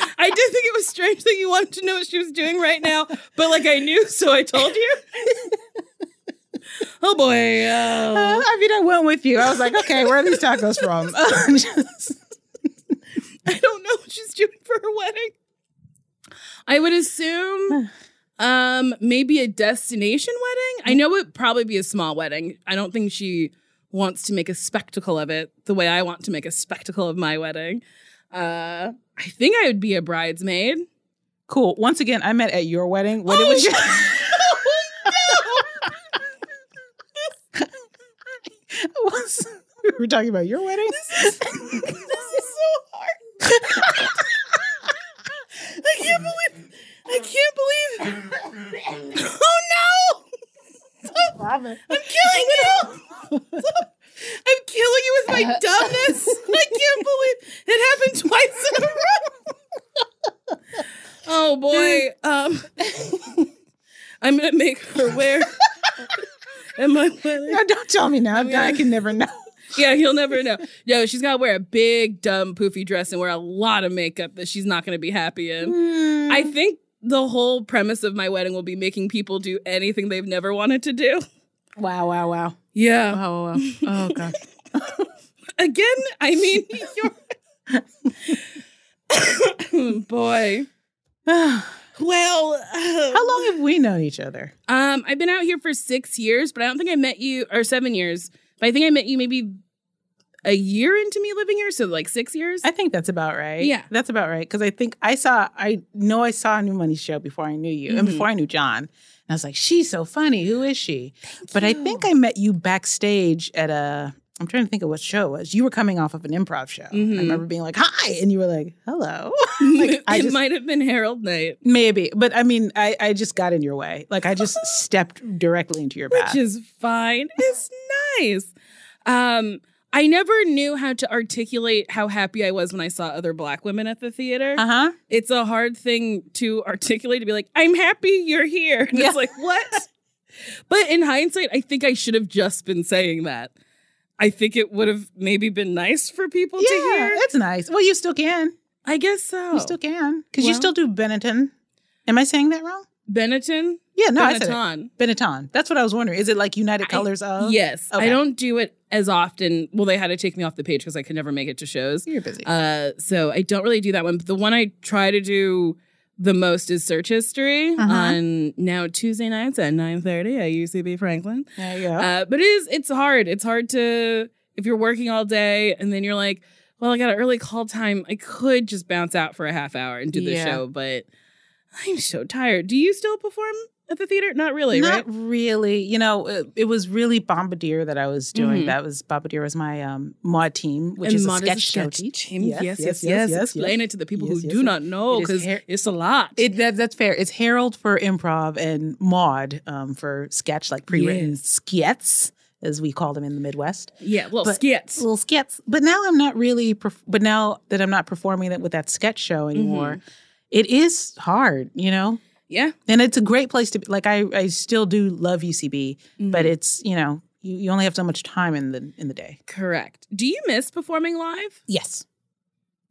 S3: <laughs> I did think it was strange that you wanted to know what she was doing right now, but like I knew, so I told you. <laughs> oh boy.
S2: Uh,
S3: oh.
S2: I mean, I went with you. I was like, okay, where are these tacos from? <laughs>
S3: I don't know what she's doing for her wedding. I would <sighs> assume um maybe a destination wedding. I know it'd probably be a small wedding. I don't think she wants to make a spectacle of it the way I want to make a spectacle of my wedding. Uh I think I would be a bridesmaid.
S2: cool. Once again, I met at your wedding.
S3: Oh,
S2: What it was your-
S3: <laughs>
S2: <laughs> Once- we were talking about your wedding.
S3: this is so hard. I can't believe I can't believe Oh no! I'm killing you! I'm killing you with my dumbness! I can't believe it happened twice in a row! Oh boy. Um I'm gonna make her wear <laughs> Am I wearing
S2: No, don't tell me <laughs> now.
S3: mean-
S2: I can never know.
S3: yeah, he'll never know. No, she's got to wear a big, dumb, poofy dress and wear a lot of makeup that she's not going to be happy in. I
S2: Hmm.
S3: think the whole premise of my wedding will be making people do anything they've never wanted to do.
S2: wow, wow, wow,
S3: Yeah.
S2: wow, wow, wow. Oh god.
S3: <laughs> Again, I mean, <laughs> you're. <coughs> Boy.
S2: <sighs> How
S3: Well, <sighs> how
S2: long have we known each other?
S3: Um, I've been out here for six years, but I don't think I met you, or seven years, but I think I met you maybe a year into me living here. So, like six years.
S2: I think that's about right.
S3: Yeah.
S2: That's about right. Because I think I saw, I know I saw New Money Show before I knew you and
S3: Mhm.
S2: before I knew John. And I was like, she's so funny. Who is she? but I think I met you backstage at a, I'm trying to think of what show it was. You were coming off of an improv show.
S3: Mhm.
S2: I remember being like, hi. And you were like, hello.
S3: <laughs> Like,
S2: I
S3: it
S2: just-
S3: might have been Harold Knight,
S2: Maybe. But I mean, I, I just got in your way. Like I just stepped directly into your path.
S3: which is fine. It's nice. Um, I never knew how to articulate how happy I was when I saw other black women at the theater.
S2: uh huh.
S3: It's a hard thing to articulate to be like, I'm happy you're here. And
S2: Yeah.
S3: It's like, what? but in hindsight, I think I should have just been saying that. I think it would have maybe been nice for people to
S2: Yeah, Oh.
S3: hear.
S2: that's nice. Well, you still can.
S3: I guess so.
S2: You still can. Because you
S3: Well.
S2: still do Benetton. Am I saying that wrong?
S3: Benetton?
S2: Yeah, no, I said it.
S3: Benetton.
S2: Benetton. That's what I was wondering. Is it like United
S3: I-
S2: Colors of?
S3: Yes. I
S2: Okay.
S3: don't do it as often. Well, they had to take me off the page because I could never make it to shows.
S2: You're busy.
S3: Uh, so I don't really do that one. But the one I try to do the most is search history
S2: Uh-huh.
S3: on now Tuesday nights at 9.30 at UCB Franklin.
S2: there you go.
S3: Uh, but it is, it's hard. It's hard to, if you're working all day and then you're like, well, I got an early call time. I could just bounce out for a half hour and do the
S2: Yeah.
S3: show, but I'm so tired. Do you still perform at the theater? Not really,
S2: Not
S3: right?
S2: really. You know, uh, it, it was really Bombardier that I was doing.
S3: Mhm.
S2: That was Bombardier was my um Mm-hmm. mod team, which
S3: And
S2: is a
S3: Maud
S2: sketch, show team.
S3: team.
S2: Yes,
S3: Yes, yes, yes, yes. Explain it to the people
S2: Yes,
S3: who
S2: yes,
S3: do
S2: yes.
S3: not know
S2: It is
S3: because
S2: hair-
S3: it's a lot.
S2: It, that, that's fair. It's Harold for improv and Maud um, for sketch, like pre-written skits, as we call them in the Midwest.
S3: yeah, little
S2: but-
S3: skits.
S2: Little skits. But now I'm not really. Perf- but now that I'm not performing it with that sketch show anymore, it is hard, you know.
S3: yeah,
S2: And it's a great place to be. Like I, I still do love UCB, but it's you know you, you only have so much time in the in the day.
S3: correct. Do you miss performing live?
S2: Yes.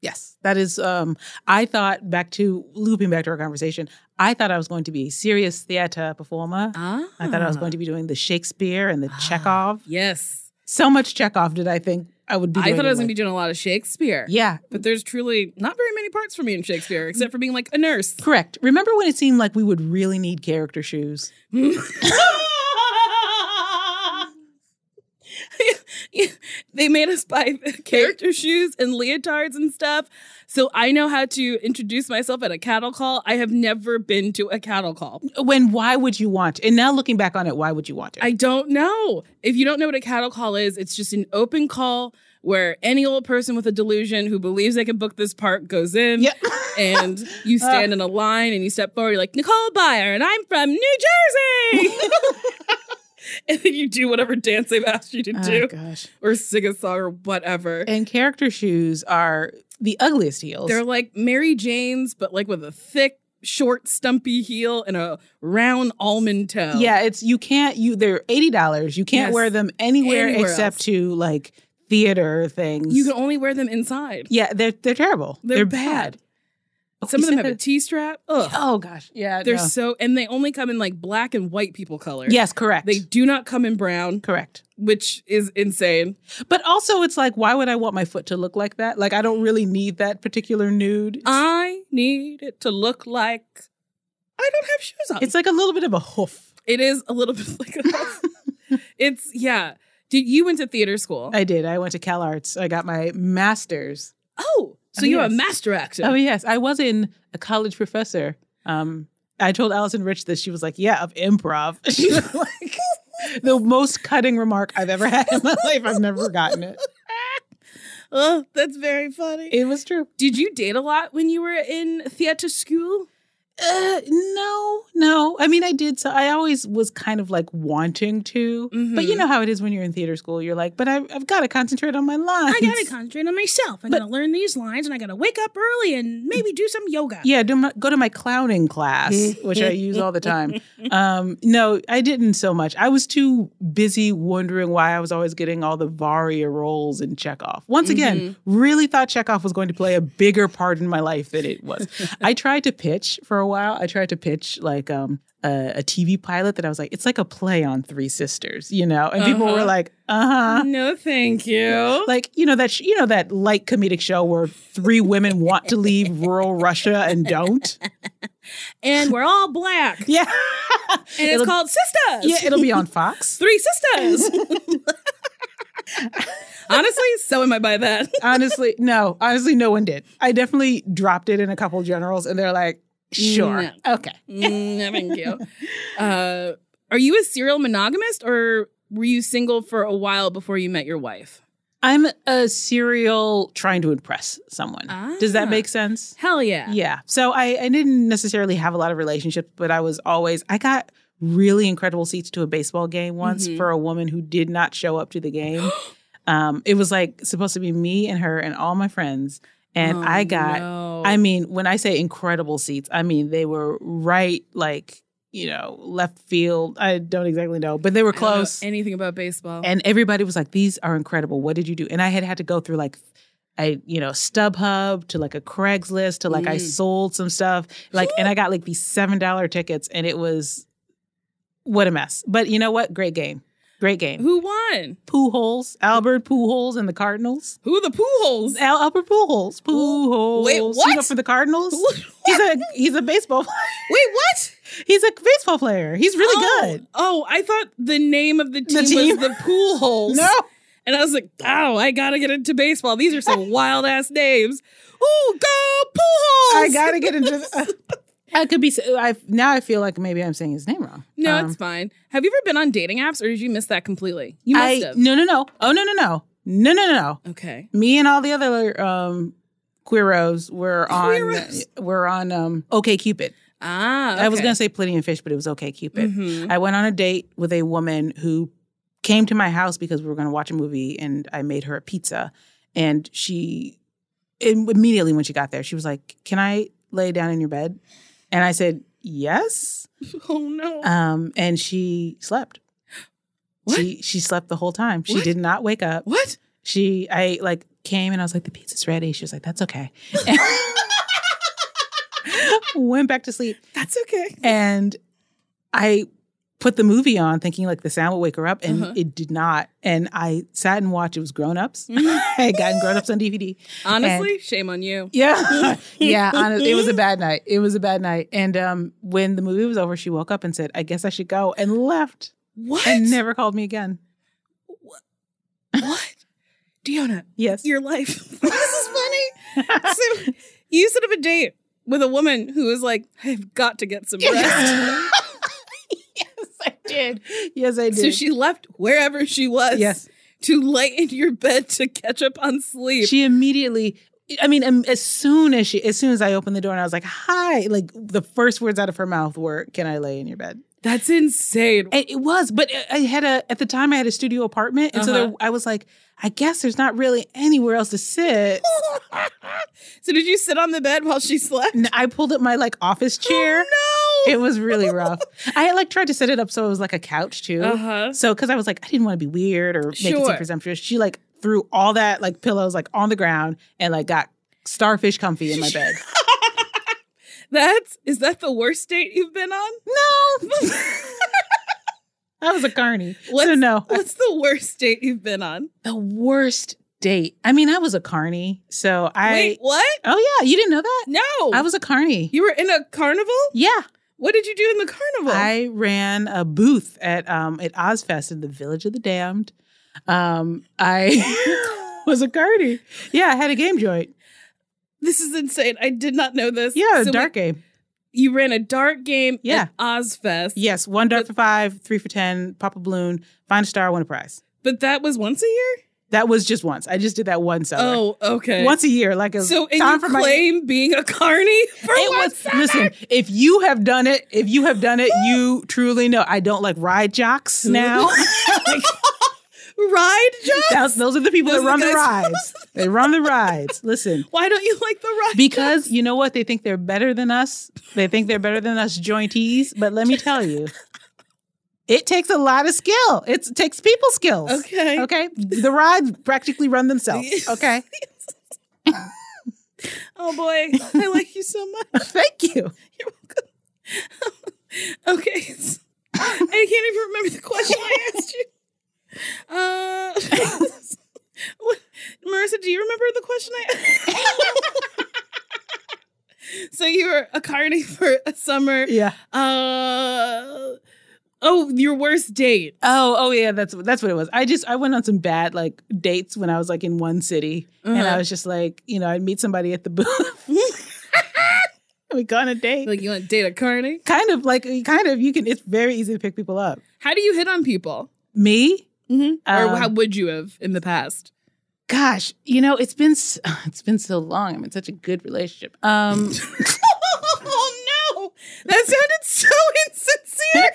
S2: Yes. That is um I thought back to looping back to our conversation, I thought I was going to be a serious theater performer.
S3: Ah,
S2: I thought I was going to be doing the Shakespeare
S3: <gasps>
S2: and the Chekhov.
S3: Yes,
S2: So much Chekhov did I think I would be
S3: I
S2: doing
S3: thought I
S2: it
S3: was going to be
S2: with.
S3: doing a lot of Shakespeare.
S2: Yeah.
S3: but there's truly not very many parts for me in Shakespeare except for being like a nurse.
S2: Correct. Remember when it seemed like we would really need character shoes?
S3: <laughs> they made us buy character shoes and leotards and stuff. So I know how to introduce myself at a cattle call. I have never been to a cattle call.
S2: When why would you want? And now looking back on it, why would you want it?
S3: I don't know. If you don't know what a cattle call is, it's just an open call where any old person with a delusion who believes they can book this part goes in.
S2: <laughs> yeah.
S3: And
S2: Uh,
S3: you stand in a line and you step forward, you're like, Nicole Byer, and I'm from New Jersey. <laughs> and then you do whatever dance they've asked you to <laughs> do,
S2: oh gosh.
S3: or sing a song, or whatever.
S2: And character shoes are the ugliest heels.
S3: They're like Mary Jane's, but like with a thick, short, stumpy heel and a round almond toe.
S2: Yeah, it's you can't you they're eighty dollars. You can't
S3: Yes.
S2: wear them anywhere,
S3: Anywhere
S2: except
S3: else.
S2: to like theater things.
S3: You can only wear them inside.
S2: yeah, they're they're terrible.
S3: They're
S2: They're, bad.
S3: bad. Some of
S2: You
S3: them
S2: said
S3: have a
S2: that-
S3: T strap. Ugh.
S2: Oh gosh, yeah,
S3: They're
S2: no.
S3: so, and they only come in like black and white people color.
S2: yes, correct,
S3: They do not come in brown,
S2: correct.
S3: which is insane.
S2: But also, it's like, why would I want my foot to look like that? Like, I don't really need that particular nude. It's,
S3: I need it to look like I don't have shoes on.
S2: it's like a little bit of a hoof.
S3: it is a little <laughs> bit like a, <laughs> it's yeah. Did you went to theater school?
S2: I did. I went to Cal Arts. I got my master's.
S3: oh, so
S2: Oh,
S3: you're
S2: yes.
S3: a master actor. <laughs>
S2: Oh yes, I was in a college professor. Um, I told Allison Rich this. She was like, "Yeah, of improv." <laughs> She was like, "The most cutting remark I've ever had in my life. I've never gotten it."
S3: Oh, that's very funny.
S2: It was true.
S3: Did you date a lot when you were in theater school?
S2: Uh, no, no. I mean, I did. So I always was kind of like wanting to, but you
S3: Mhm.
S2: know how it is when you're in theater school. You're like, "But I, I've got to concentrate on my lines."
S4: Mm-hmm. I gotta concentrate on myself. I
S2: But-
S4: gotta learn these lines, and I gotta wake up early and maybe do some yoga.
S2: Yeah, do my, go to my clowning class, which I use all the time. Um, no, I didn't so much. I was too busy wondering why I was always getting all the Varia roles in Chekhov. Once again, really thought Chekhov was going to play a bigger part in my life than it was. I tried to pitch for a while. I tried to pitch like um, a, a TV pilot that I was like, it's like a play on Three Sisters, you know? And people were
S3: Uh-huh.
S2: like, uh huh
S3: No, thank
S2: <laughs>
S3: you.
S2: like you know that sh- you know that light comedic show where three women want to leave rural Russia and don't.
S3: And we're all black. And
S2: Yeah,
S3: it's
S2: It'll-
S3: called Sisters.
S2: yeah, it'll be
S3: <laughs>
S2: on Fox.
S3: Three
S2: <laughs>
S3: Sisters. Honestly, so am I by that.
S2: Honestly, no, honestly, no one did. I definitely dropped it in a couple generals, and they're like, "Sure,
S3: No.
S2: okay."
S3: Mm, no, thank you. <laughs> Uh, are you a serial monogamist or were you single for a while before you met your wife?
S2: I'm a serial trying to impress someone. Does
S3: Ah.
S2: that make sense?
S3: Hell yeah.
S2: Yeah. So I, I didn't necessarily have a lot of relationships, but I was always, I got really incredible seats to a baseball game once
S3: Mhm.
S2: for a woman who did not show up to the
S3: <gasps>
S2: game. um, it was like supposed to be me and her and all my friends. And
S3: Oh,
S2: I got,
S3: no.
S2: I mean, when I say incredible seats, I mean, they were right, like, you know, left field. I don't exactly know, but they were
S3: I don't know
S2: close.
S3: anything about baseball.
S2: And everybody was like, "These are incredible. What did you do?" And I had had to go through like, I you know StubHub to like a Craigslist to like I
S3: Mm.
S2: sold some stuff like, and I got like these seven dollar tickets, and it was what a mess. But you know what? Great game, great game.
S3: Who won?
S2: Pujols, Albert Pujols, and the Cardinals.
S3: Who are the pool holes? <laughs>
S2: Al- Albert Pujols, Pujols.
S3: Wait,
S2: You know,
S3: what?
S2: for the Cardinals,
S3: Wait,
S2: he's a he's a baseball player.
S3: what?
S2: he's a baseball player. He's really
S3: oh,
S2: good.
S3: Oh, I thought the name of the team,
S2: team.
S3: was the pool holes.
S2: <laughs> No,
S3: And I was like, oh, I gotta get into
S2: <laughs>
S3: baseball. These are some wild ass names. Ooh, go pool holes.
S2: I gotta get into. <laughs> I could be. I now I feel like maybe I'm saying his name wrong.
S3: <laughs> No,
S2: Um,
S3: it's fine. Have you ever been on dating apps or did you miss that completely? You must
S2: I,
S3: have.
S2: No, no, no. Oh, no, no, no, no, no, no, no.
S3: Okay.
S2: Me and all the other um, queeros were on.
S3: Queeros?
S2: We're on um, OK Cupid.
S3: Ah,
S2: I was
S3: okay.
S2: gonna say Plenty and Fish, but it was OK Cupid. <laughs>
S3: Mhm.
S2: I went on a date with a woman who came to my house because we were going to watch a movie and I made her a pizza. And she, im- immediately when she got there, she was like, Can I lay down in your bed? And I said, Yes.
S3: Oh no.
S2: Um, and she slept.
S3: <gasps> What?
S2: She she slept the whole time. She
S3: What?
S2: did not wake up.
S3: what?
S2: She I like came and I was like, the pizza's ready. She was like, that's
S3: <laughs>
S2: okay. <laughs> Went back to sleep.
S3: That's okay.
S2: And I put the movie on thinking like the sound would wake her up and
S3: Uh-huh.
S2: it did not. And I sat and watched, it was grown ups.
S3: Mm.
S2: <laughs> I had gotten grown ups on DVD.
S3: Mm-hmm. Honestly, shame on you. <laughs>
S2: Yeah. yeah. Honest, it was a bad night. It was a bad night. And um, when the movie was over, she woke up and said, I guess I should go and left
S3: What?
S2: and never called me again.
S3: what? Deanna,
S2: Yes. <laughs>
S3: your life. <laughs> this is <laughs> funny. So you set up a date with a woman who was like, I've got to <laughs> get some rest.
S2: yes, <laughs> I did. Yes, I did.
S3: so she left wherever she was
S2: yes.
S3: to lay in your bed to catch up on sleep.
S2: She immediately. I mean, um, as soon as she, as soon as I opened the door and I was like, "Hi," like the first words out of her mouth were, "Can I lay in your bed?"
S3: That's insane.
S2: And it was, but I- I had a at the time I had a studio apartment, and so
S3: Uh-huh.
S2: there, I was like, "I guess there's not really anywhere else to sit."
S3: so did you sit on the bed while she slept?
S2: and I pulled up my like office chair.
S3: Oh, No.
S2: It was really rough. I had like tried to set it up so it was like a couch too.
S3: Uh-huh.
S2: So, because I was like, I didn't want to be weird or make it
S3: Sure.
S2: seem presumptuous. She like threw all that like pillows like on the ground and like got starfish comfy
S3: <laughs>
S2: in my bed.
S3: That's is that the worst date you've been on? <laughs>
S2: no, that was a carny.
S3: What's,
S2: so no,
S3: what's the worst date you've been on?
S2: the worst date. I mean, I was a carny. So I.
S3: Wait, what?
S2: Oh yeah, you didn't know that?
S3: No.
S2: I was a carny.
S3: you were in a carnival?
S2: yeah,
S3: What did you do in the carnival?
S2: I ran a booth at um at Ozfest in the Village of the Damned. Um, I <laughs> was a carny. Yeah, I had a game joint.
S3: this is insane. I did not know this.
S2: Yeah,
S3: So
S2: a dark game.
S3: we- you ran a dart game
S2: Yeah.
S3: at Ozfest.
S2: Yes, one dart for five, three for ten, pop a balloon, find a star, win a prize.
S3: But that was once a year?
S2: That was just once. I just did that one summer.
S3: Oh, okay.
S2: Once a year, like a
S3: so and
S2: time
S3: you
S2: for my-
S3: claim being a carny for
S2: It
S3: one
S2: was listen. If you have done it, if you have done it, you truly know. I don't like ride jocks <laughs>
S3: <laughs>
S2: now. <laughs> Like,
S3: ride job?
S2: that's- those are the people
S3: Those
S2: that
S3: are
S2: run
S3: the
S2: the
S3: guys-
S2: rides. They run the rides. Listen,
S3: Why don't you like the ride?
S2: because you know what? They think they're better than us. They think they're better than us jointees. But let me tell you, it takes a lot of skill. It's, it takes people skills.
S3: okay.
S2: Okay. The rides practically run themselves. Okay.
S3: Oh boy. I like you so
S2: <laughs> <laughs>
S3: much.
S2: Thank you.
S3: You're welcome. okay. <laughs> it's- I can't even remember the question I asked
S2: <laughs>
S3: you. Uh, <laughs> what- Marissa, do you remember the question I asked? <laughs> so you were a carny for a summer.
S2: Yeah.
S3: Uh, oh, your worst date.
S2: Oh, oh yeah, that's that's what it was. I just I went on some bad like dates when I was like in one city and I
S3: Uh-huh.
S2: was just like, you know, I'd meet somebody at the booth. <laughs> we go on a date.
S3: Like you want to date a carny?
S2: kind of like kind of you can it's very easy to pick people up.
S3: How do you hit on people?
S2: Me?
S3: Mm-hmm. or
S2: Um,
S3: how would you have in
S2: <laughs>
S3: the past?
S2: Gosh, you know, it's been s- <sighs> it's been so long. I'm in such a good relationship.
S3: <laughs>
S2: Um <laughs>
S3: oh no, that sounded
S2: <laughs>
S3: so insincere.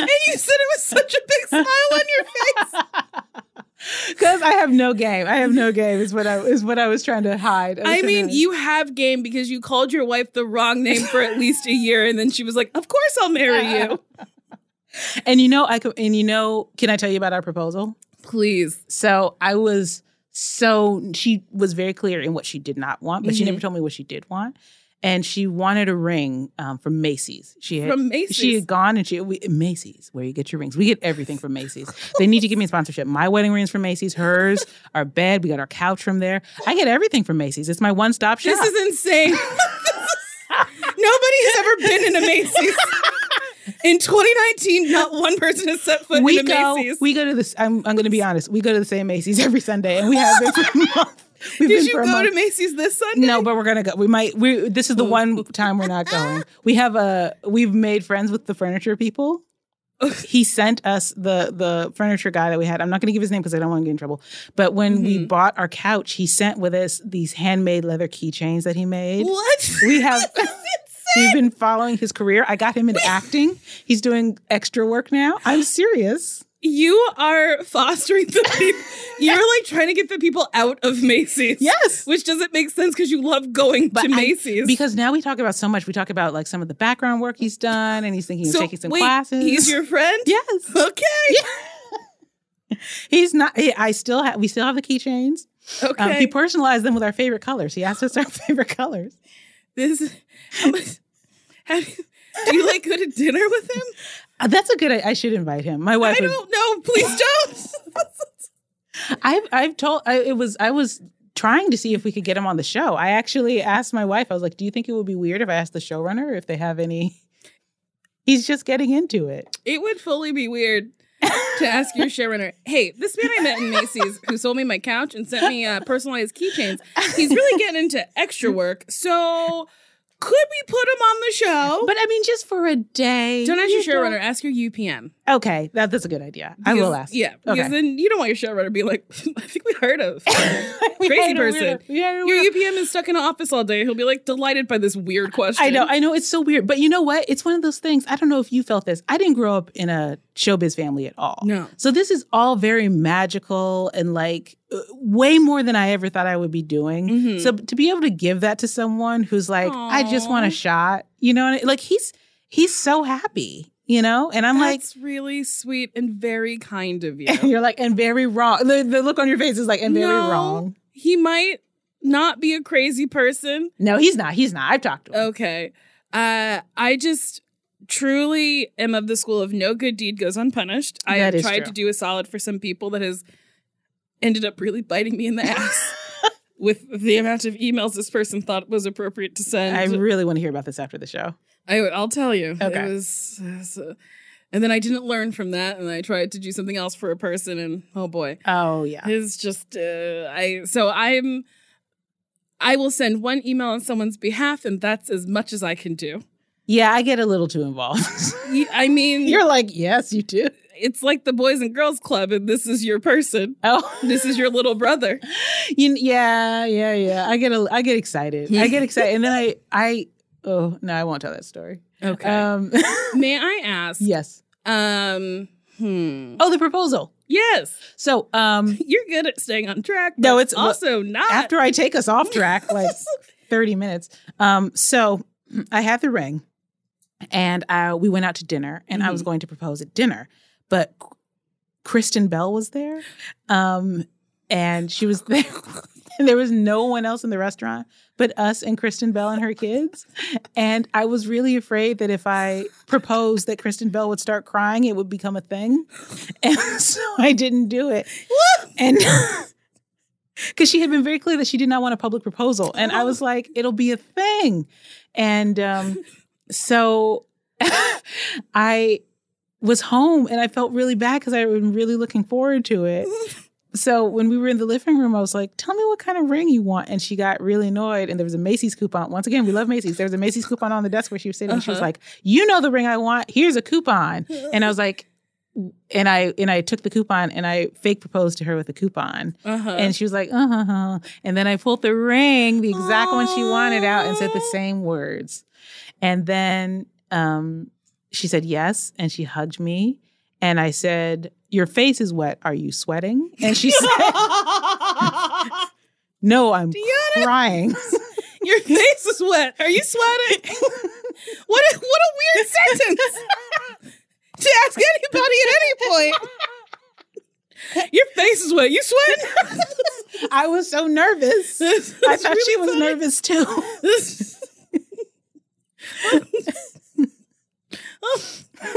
S3: and you said it with such a big smile on
S2: <laughs>
S3: your face.
S2: Because I have no game. I have no game. Is what I is what I was trying to hide. was
S3: I
S2: trying
S3: mean,
S2: to-
S3: you have game because you called your wife the wrong name for at least a year, and then she was like, "Of course, I'll <laughs> marry
S2: Uh,
S3: you."
S2: and you know I could and you know can I tell you about our proposal?
S3: Please,
S2: So I was so she was very clear in what she did not want, but she
S3: Mhm.
S2: never told me what she did want. And she wanted a ring um, from Macy's. She had,
S3: from Macy's.
S2: She had gone and she we, Macy's, where you get your rings. We get everything from Macy's. They need to give me a sponsorship. My wedding rings from Macy's. Hers, <laughs> our bed. We got our couch from there. I get everything from Macy's. It's my one stop shop.
S3: this is
S2: <laughs>
S3: insane. <laughs> Nobody has ever been in a Macy's. In 2019, not one person has set foot
S2: we
S3: in a
S2: go,
S3: Macy's.
S2: <laughs> We go to this. I'm, I'm going to be honest. We go to the same Macy's every Sunday, and we have been for a month. We've
S3: Did
S2: been
S3: you
S2: for
S3: go
S2: a month.
S3: to Macy's this Sunday?
S2: No, but we're gonna go. We might. We this is the
S3: Ooh.
S2: one time we're
S3: <laughs>
S2: not going. We have a. We've made friends with the furniture
S3: <laughs>
S2: people. He sent us the the furniture guy that we had. I'm not going to give his name because I don't want to get in trouble. But when
S3: Mm-hmm.
S2: we bought our couch, he sent with us these handmade leather keychains that he made.
S3: What?
S2: <laughs> We
S3: <laughs>
S2: have. We've been following his career. I got him into acting. He's doing extra work now. I'm serious.
S3: You are fostering the people. You're like trying to get the people out of Macy's.
S2: Yes.
S3: Which doesn't make sense because you love going
S2: But
S3: to
S2: I-
S3: Macy's.
S2: Because now we talk about so much. We talk about like some of the background work he's done, and he's thinking of taking some
S3: wait,
S2: classes.
S3: He's
S2: <laughs>
S3: your friend?
S2: yes.
S3: Okay.
S2: He's not. He, I still have. We still have the keychains.
S3: Okay.
S2: Um, he personalized them with our favorite colors. He asked us <laughs> our favorite colors.
S3: <laughs> this. how much- how do, you, do you like go to dinner with him?
S2: Uh, that's a good. <laughs> I, I should invite him. My wife.
S3: I
S2: would-
S3: don't
S2: <laughs>
S3: know. Please don't. <laughs>
S2: I've I've told. I, it was. I was trying to see if we could get him on the show. I actually asked my wife. I was like, "Do you think it would be weird if I asked the showrunner if they have any?" <laughs> He's just getting into it.
S3: It would fully be weird to ask your showrunner, hey, this man I met in Macy's who sold me my couch and sent me uh, personalized keychains,
S2: <laughs>
S3: he's really getting into extra work. So could we put him on the show?
S2: But I mean, just for a day.
S3: don't ask your
S2: you know?
S3: showrunner, ask your UPM.
S2: Okay, that, that's a good idea. I will
S3: Because-
S2: ask.
S3: Yeah, because
S2: Okay.
S3: then you don't want your showrunner to be like, <laughs> I think we heard of.
S2: <laughs> We
S3: Crazy
S2: hired a
S3: person.
S2: weirdo. We hired a
S3: Your
S2: weirdo.
S3: UPM is stuck in an office all day. He'll be like delighted by this weird question.
S2: I know, I know it's so weird. But you know what? It's one of those things. I don't know if you felt this. I didn't grow up in a showbiz family at all.
S3: No.
S2: So this is all very magical and like uh, way more than I ever thought I would be doing.
S3: Mhm.
S2: So to be able to give that to someone who's like, I just want
S3: Aw.
S2: a shot, you know, and it- like he's he's so happy, you know? And I'm
S3: That's really sweet and very kind of you.
S2: like, <laughs> you're like, and very wrong. The, the look on your face is like, and very
S3: No.
S2: wrong.
S3: he might not be a crazy person.
S2: No, he's not. He's not. I've talked to him.
S3: Okay. Uh, I just truly am of the school of no good deed goes unpunished. I
S2: That
S3: have
S2: is
S3: tried
S2: true.
S3: to do a solid for some people that has ended up really biting me in
S2: <laughs>
S3: the ass with the amount of emails this person thought was appropriate to send.
S2: I really want to hear about this after the show.
S3: I would, I'll tell you.
S2: Okay.
S3: It was, it was, uh, and then I didn't learn from that, and I tried to do something else for a person, and oh boy,
S2: Oh yeah.
S3: it's just uh, I. So I'm, I will send one email on someone's behalf, and that's as much as I can do.
S2: Yeah, I get a little too involved. <laughs>
S3: Y- I mean,
S2: You're like, yes, you do. <laughs>
S3: it's like the Boys and Girls Club, and this is your person.
S2: Oh,
S3: This is your little brother.
S2: you, yeah, yeah, yeah. I get a, I get excited. I get excited, and then I, I, oh no, I won't tell that story.
S3: Okay.
S2: Um,
S3: Uh,
S2: <laughs>
S3: May I ask?
S2: yes.
S3: Um. Hmm.
S2: Oh, the proposal.
S3: Yes.
S2: So, um,
S3: You're good at staying on track.
S2: No,
S3: but
S2: it's- well,
S3: also not.
S2: after I take us off track, like thirty minutes. Um, so I had the ring, and uh, we went out to dinner, and I was going to propose at dinner, but Kristen Bell was there, um, and she was <laughs> there. and there was no one else in the restaurant but us and Kristen Bell and her kids. And I was really afraid that if I proposed that Kristen Bell would start crying, it would become a thing. And <laughs> so I didn't do it. and <laughs> because she had been very clear that she did not want a public proposal. And I was like, it'll be a thing. And um, so <laughs> I was home and I felt really bad because I had been really looking forward to it. So when we were in the living room, I was like, "Tell me what kind of ring you want," and she got really annoyed. And there was a Macy's coupon. Once again, we love Macy's. There was a Macy's coupon on the desk where she was sitting. and She was
S3: Uh-huh.
S2: like, "You know the ring I want. Here's a coupon." And I was like, and I and I took the coupon and I fake proposed to her with the coupon.
S3: <laughs> Uh-huh.
S2: And she was like, uh huh, huh. And then I pulled the ring, the exact one she wanted out, and said the
S3: Aw.
S2: same words. And then um, she said yes, and she hugged me. And I said, Your face is wet. Are you sweating? And she
S3: <laughs>
S2: said, No, I'm
S3: <laughs>
S2: crying.
S3: Your face is wet. Are
S2: <laughs>
S3: you sweating? what a, what a weird sentence <laughs> to ask anybody at any point. Your face is wet. You sweat?
S2: <laughs> I was so nervous. I thought she was nervous too.
S3: <laughs>
S2: <laughs>
S3: Oh,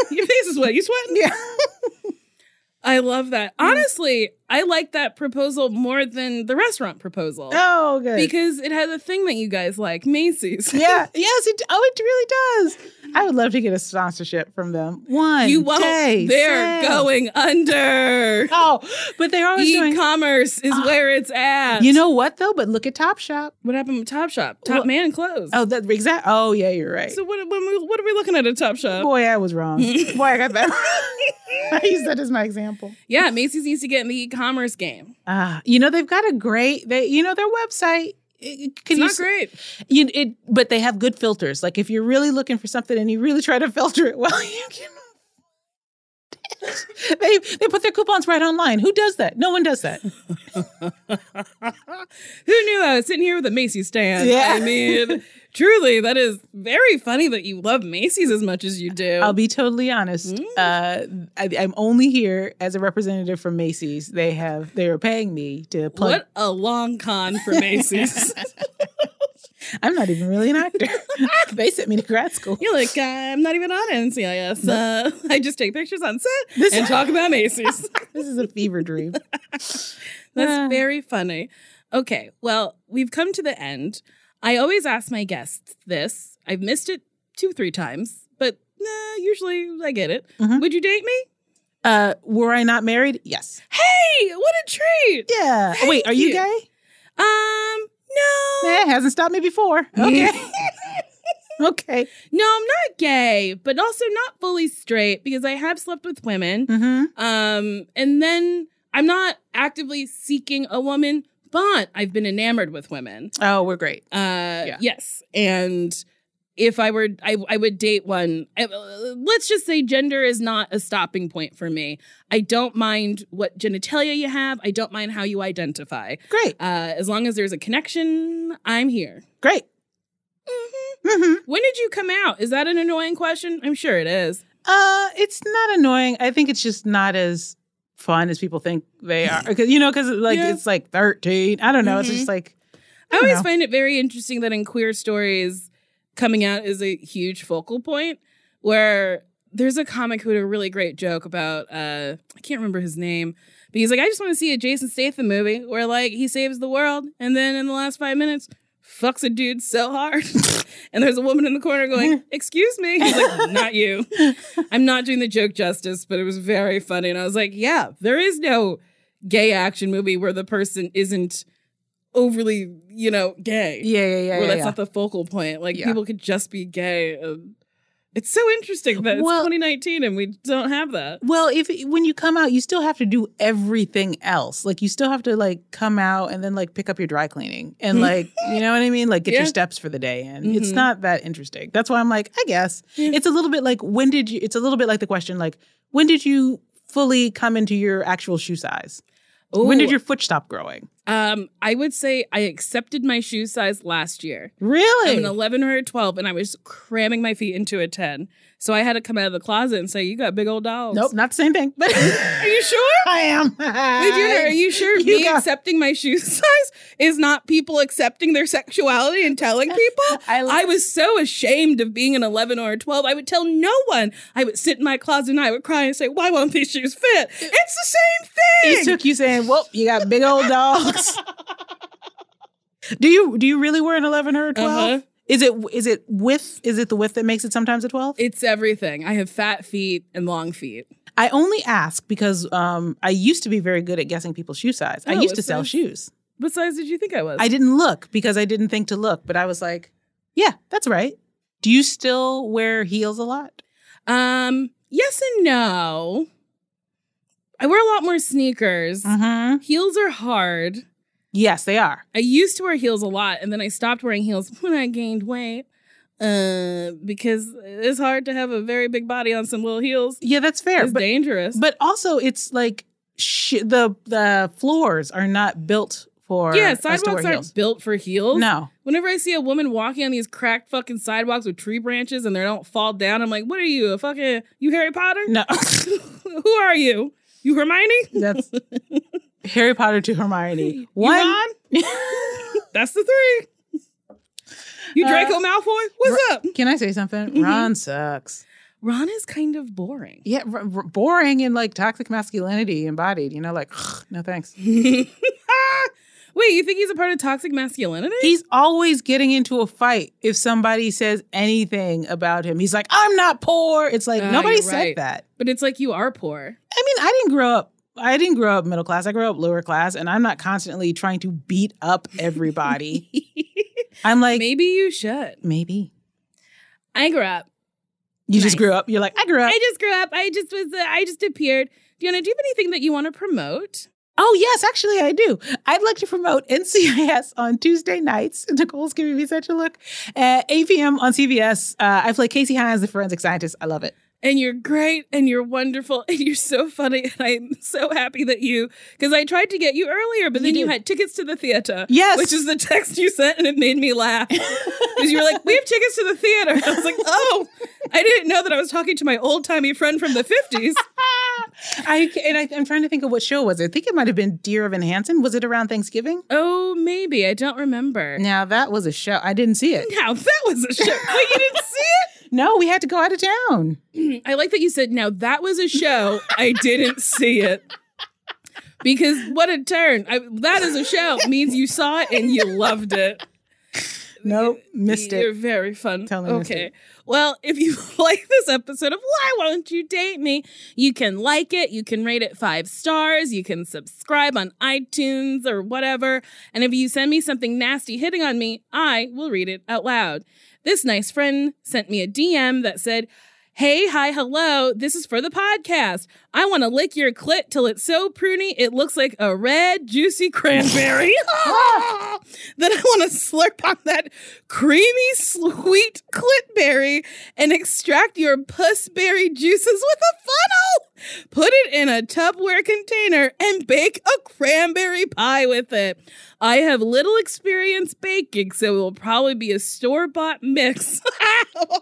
S3: Your face is wet. You sweating?
S2: yeah.
S3: <laughs> I love that. Honestly, I like that proposal more than the restaurant proposal
S2: Oh, good.
S3: <laughs> because it has a thing that you guys like, Macy's.
S2: yeah. Yes. It, oh, it really does. I would love to get a sponsorship from them. One
S3: you won't.
S2: day
S3: They're
S2: sale.
S3: going
S2: <laughs>
S3: under.
S2: Oh, but they're always doing.
S3: E-commerce is
S2: Ah.
S3: where it's at.
S2: You know what though? But look at Top Shop.
S3: what happened with Top Shop? Top
S2: Well-
S3: Man closed.
S2: Oh, that exact. Oh yeah, you're right. Oh,
S3: So what? When we, what are we looking at at Top Shop?
S2: Boy, I was
S3: <laughs>
S2: wrong. Boy, I got that. wrong. <laughs> I used that as my example.
S3: Yeah, Macy's needs to get in the e-commerce game.
S2: Ah, you know they've got a great. They, you know, their website. It, it-
S3: It's
S2: can you
S3: not
S2: s-
S3: great.
S2: You, it, but they have good filters. Like if you're really looking for something and you really try to <laughs> filter it, well, you can. <laughs> they they put their coupons right online. Who does that? No one does that.
S3: Who knew I was sitting here with a Macy's stand?
S2: Yeah. <laughs>
S3: I mean, truly, that is very funny that you love Macy's as much as you do.
S2: I'll be totally honest.
S3: Mm.
S2: Uh, I, I'm only here as a representative from Macy's. They have they are paying me to plug.
S3: what a long con
S2: <laughs>
S3: for Macy's.
S2: I'm not even really an actor. <laughs> they sent me to grad school.
S3: You're like, I'm not even on NCIS. Uh, <laughs> I just take pictures on set
S2: This,
S3: and talk
S2: <laughs>
S3: about Macy's.
S2: this is a fever dream.
S3: That's
S2: Ah.
S3: very funny. Okay, well, we've come to the end. I always ask my guests this. I've missed it two, three times, but nah, usually I get it.
S2: Mhm.
S3: Would you date me?
S2: Uh, were I not married? Yes.
S3: Hey, what a treat!
S2: Yeah. Oh, wait, are you,
S3: you.
S2: gay?
S3: Um, no,
S2: That hasn't stopped me before. Okay. <laughs> okay.
S3: <laughs> no, I'm not gay, but also not fully straight because I have slept with women.
S2: Mm-hmm.
S3: Um, and then I'm not actively seeking a woman, but I've been enamored with women.
S2: Oh, we're great.
S3: Uh,
S2: Yeah.
S3: yes, and if I were, I, I would date one. I- uh, let's just say gender is not a stopping point for me. I don't mind what genitalia you have. I don't mind how you identify.
S2: Great.
S3: Uh, as long as there's a connection, I'm here.
S2: Great. Mm-hmm.
S3: When did you come out? Is that an annoying question? I'm sure it is.
S2: Uh, it's not annoying. I think it's just not as fun as people think they are. 'Cause- you know, because like
S3: Yeah.
S2: it's like thirteen. I don't know.
S3: Mhm.
S2: It's just like
S3: I,
S2: I don't
S3: always
S2: know.
S3: find it very interesting that in queer stories, coming out is a huge focal point. Where there's a comic who had a really great joke about uh, I can't remember his name, but he's like, I just want to see a Jason Statham movie where like he saves the world and then in the last five minutes fucks a dude so hard, <laughs> and there's a woman in the corner
S2: <laughs>
S3: going, "Excuse me," he's like, "Not you." I'm not doing the joke justice, but it was very funny, and I was like, "Yeah, there is no." gay action movie where the person isn't overly, you know, gay.
S2: yeah, yeah, yeah.
S3: where
S2: yeah,
S3: that's
S2: yeah.
S3: not the focal point. Like
S2: Yeah.
S3: people could just be gay. Um, it's so interesting that
S2: Well-
S3: it's 2019 and we don't have that.
S2: well, if when you come out, you still have to do everything else. Like you still have to like come out and then like pick up your dry cleaning
S3: <laughs>
S2: and like you know what I mean. Like get
S3: Yeah.
S2: your steps for the day in. It's
S3: Mhm.
S2: not that interesting. That's why I'm like, I guess
S3: Yeah.
S2: it's a little bit like when did you? It's a little bit like the question like when did you fully come into your actual shoe size? When did
S3: Ooh,
S2: your foot stop growing?
S3: Um, I would say I accepted my shoe size last year. I'm
S2: Really?
S3: an 11 or a 12, and I was cramming my feet into a 10. So I had to come out of the closet and say, "You got big old dogs."
S2: Nope, not the same thing. <laughs> But
S3: Are you sure?
S2: I am.
S3: Wait, Junior, are you
S2: <laughs>
S3: sure
S2: You
S3: me
S2: got-
S3: accepting my shoe <laughs> size is not people accepting their sexuality and telling people?
S2: I,
S3: I was so ashamed of being an 11 or a 12. I would tell no one. I would sit in my closet and I would cry and say, Why won't these shoes fit? It's the same thing.
S2: It took you saying, "Whoop, you got big old dogs." <laughs> do you do you really wear an eleven or a 12
S3: Uh-huh.
S2: Is it is it width? Is it the width that makes it sometimes a twelve?
S3: It's everything. I have fat feet and long feet.
S2: I only ask because um, I used to be very good at guessing people's shoe size. I
S3: Oh,
S2: used to
S3: it's
S2: sell
S3: nice.
S2: shoes.
S3: What size did you think I was?
S2: I didn't look because I didn't think to look, but I was like, "Yeah, that's right." Do you still wear heels a lot?
S3: um, yes and no. I wear a lot more sneakers.
S2: Mm-hmm.
S3: Heels are hard.
S2: Yes, they are.
S3: I used to wear heels a lot, and then I stopped wearing heels <laughs> when I gained weight uh, because it's hard to have a very big body on some little heels.
S2: Yeah, that's fair.
S3: It's
S2: but
S3: dangerous.
S2: But also, it's like sh- the the floors are not built for
S3: yeah,
S2: us to wear
S3: sidewalks aren't
S2: heels.
S3: built for heels.
S2: No,
S3: Whenever I see a woman walking on these cracked fucking sidewalks with tree branches and they don't fall down, I'm like, what are you? A fucking you Harry Potter? <laughs>
S2: no,
S3: Who are you? You Hermione?
S2: that's Harry Potter to Hermione. One,
S3: Ron? <laughs> That's the three. You
S2: Uh,
S3: Draco Malfoy? What's up?
S2: can I say something?
S3: Mhm.
S2: Ron sucks.
S3: Ron is kind of <laughs> boring.
S2: Yeah, r- r- <sighs> boring and like toxic masculinity embodied. You know, like no thanks.
S3: well, Wait, you think he's a part of toxic masculinity?
S2: He's always getting into a fight if somebody says anything about him. He's like, I'm not poor. It's like,
S3: Ah,
S2: nobody
S3: you're
S2: said
S3: right.
S2: that.
S3: but it's like you are poor.
S2: I mean, I didn't grow up. I didn't grow up middle class. I grew up lower class, and I'm not constantly trying to beat up
S3: <laughs>
S2: everybody. I'm like, maybe.
S3: Maybe you should. I grew up.
S2: You just
S3: Nice.
S2: grew up. You're like, I grew up.
S3: I just grew up. I just was. Uh, I just appeared. Deanna, do you have anything that you want to promote?
S2: Oh, yes, actually, I do. I'd like to promote NCIS on Tuesday nights. <laughs> Nicole's giving me such a look. At 8 p.m. on CBS, uh, I play Casey Hines, the forensic scientist. I love it.
S3: And you're great, and you're wonderful, <laughs> and you're so funny, and I'm so happy that you. Because I tried to get you earlier, but
S2: You
S3: then you
S2: did.
S3: had tickets to the theater.
S2: Yes.
S3: which is the text you sent, and it made
S2: <laughs>
S3: me laugh because you were like, "We have tickets to the theater." I was like, "Oh, I didn't know that I was talking to my old timey friend from the '50s."
S2: <laughs> I ca- and I, I'm trying to think of what show was it. I think it might have been Dear Evan Hansen. Was it around Thanksgiving?
S3: oh, maybe I don't remember.
S2: Now that was a show. I didn't see
S3: <laughs>
S2: it.
S3: Now that was a show. Wait, you didn't see
S2: No, we had to go out of town.
S3: it? I like that <laughs> you said, now that was a show. I didn't see it. Because what a turn. I, that is a show means you saw it and you loved it.
S2: No, missed
S3: You're
S2: it.
S3: very fun.
S2: Totally missed
S3: okay.
S2: it.
S3: Well, if you <laughs> like this episode of Why Won't You Date Me, you can like it, you can rate it five stars, you can subscribe on iTunes or whatever. And if you send me something nasty hitting on me, I will read it out loud. This nice friend sent me a DM that said, Hey, hi, hello. This is for the podcast. I want to lick your clit till it's so pruny it looks like a red,
S2: <laughs>
S3: juicy cranberry. <laughs> then I want to slurp on that creamy, sweet clitberry and extract your pussberry juices with a funnel. Put it in a Tupperware container and bake a cranberry pie with it. I have little experience baking, so it will probably be a store bought mix. <laughs>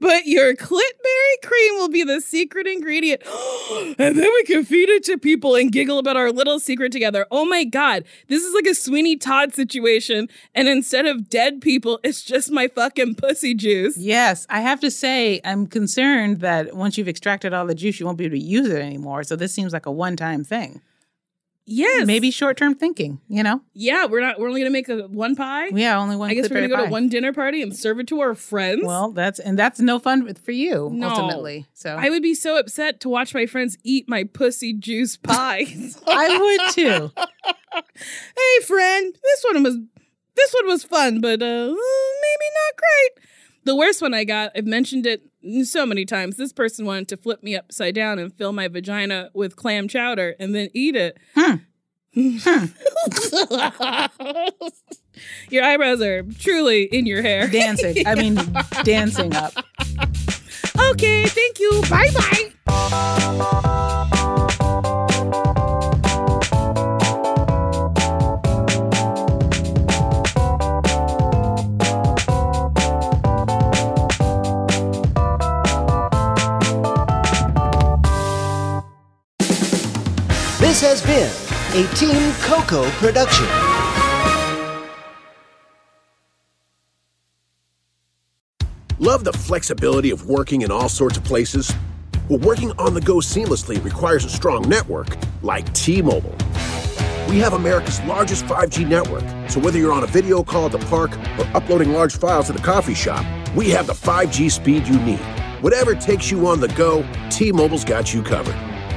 S3: but your clitberry cream will be the secret ingredient. <gasps> and then we can feed it to people and giggle about our little secret together. Oh my God, this is like a Sweeney Todd situation. And instead of dead people, it's just my fucking pussy juice.
S2: Yes, I have to say, I'm concerned that once you've extracted all the juice, you won't be able to use it anymore. So this seems like a one time thing.
S3: Yes.
S2: Maybe short term thinking, you know?
S3: Yeah, we're not, we're only gonna make a one pie.
S2: Yeah, only one.
S3: I guess we're gonna
S2: clipboard
S3: go
S2: pie.
S3: to one dinner party and serve it to our friends.
S2: Well, that's and that's no fun for you
S3: No.
S2: ultimately. So
S3: I would be so upset to watch my friends eat my pussy juice pie.
S2: <laughs> I
S3: <laughs>
S2: would too.
S3: hey friend this one was this one was fun but uh maybe not great the worst one i got i've mentioned it so many times this person wanted to flip me upside down and fill my vagina with clam chowder and then eat it <laughs>
S2: Hmm.
S3: your eyebrows are truly in your hair
S2: Dancing. I
S3: <laughs>
S2: mean, dancing up.
S3: okay thank you bye bye
S5: This has been a Team Coco production.
S6: Love the flexibility of working in all sorts of places? Well, working on the go seamlessly requires a strong network like T Mobile. We have America's largest 5G network, so whether you're on a video call at the park or uploading large files at the coffee shop, we have the 5G speed you need. Whatever takes you on the go, T Mobile's got you covered.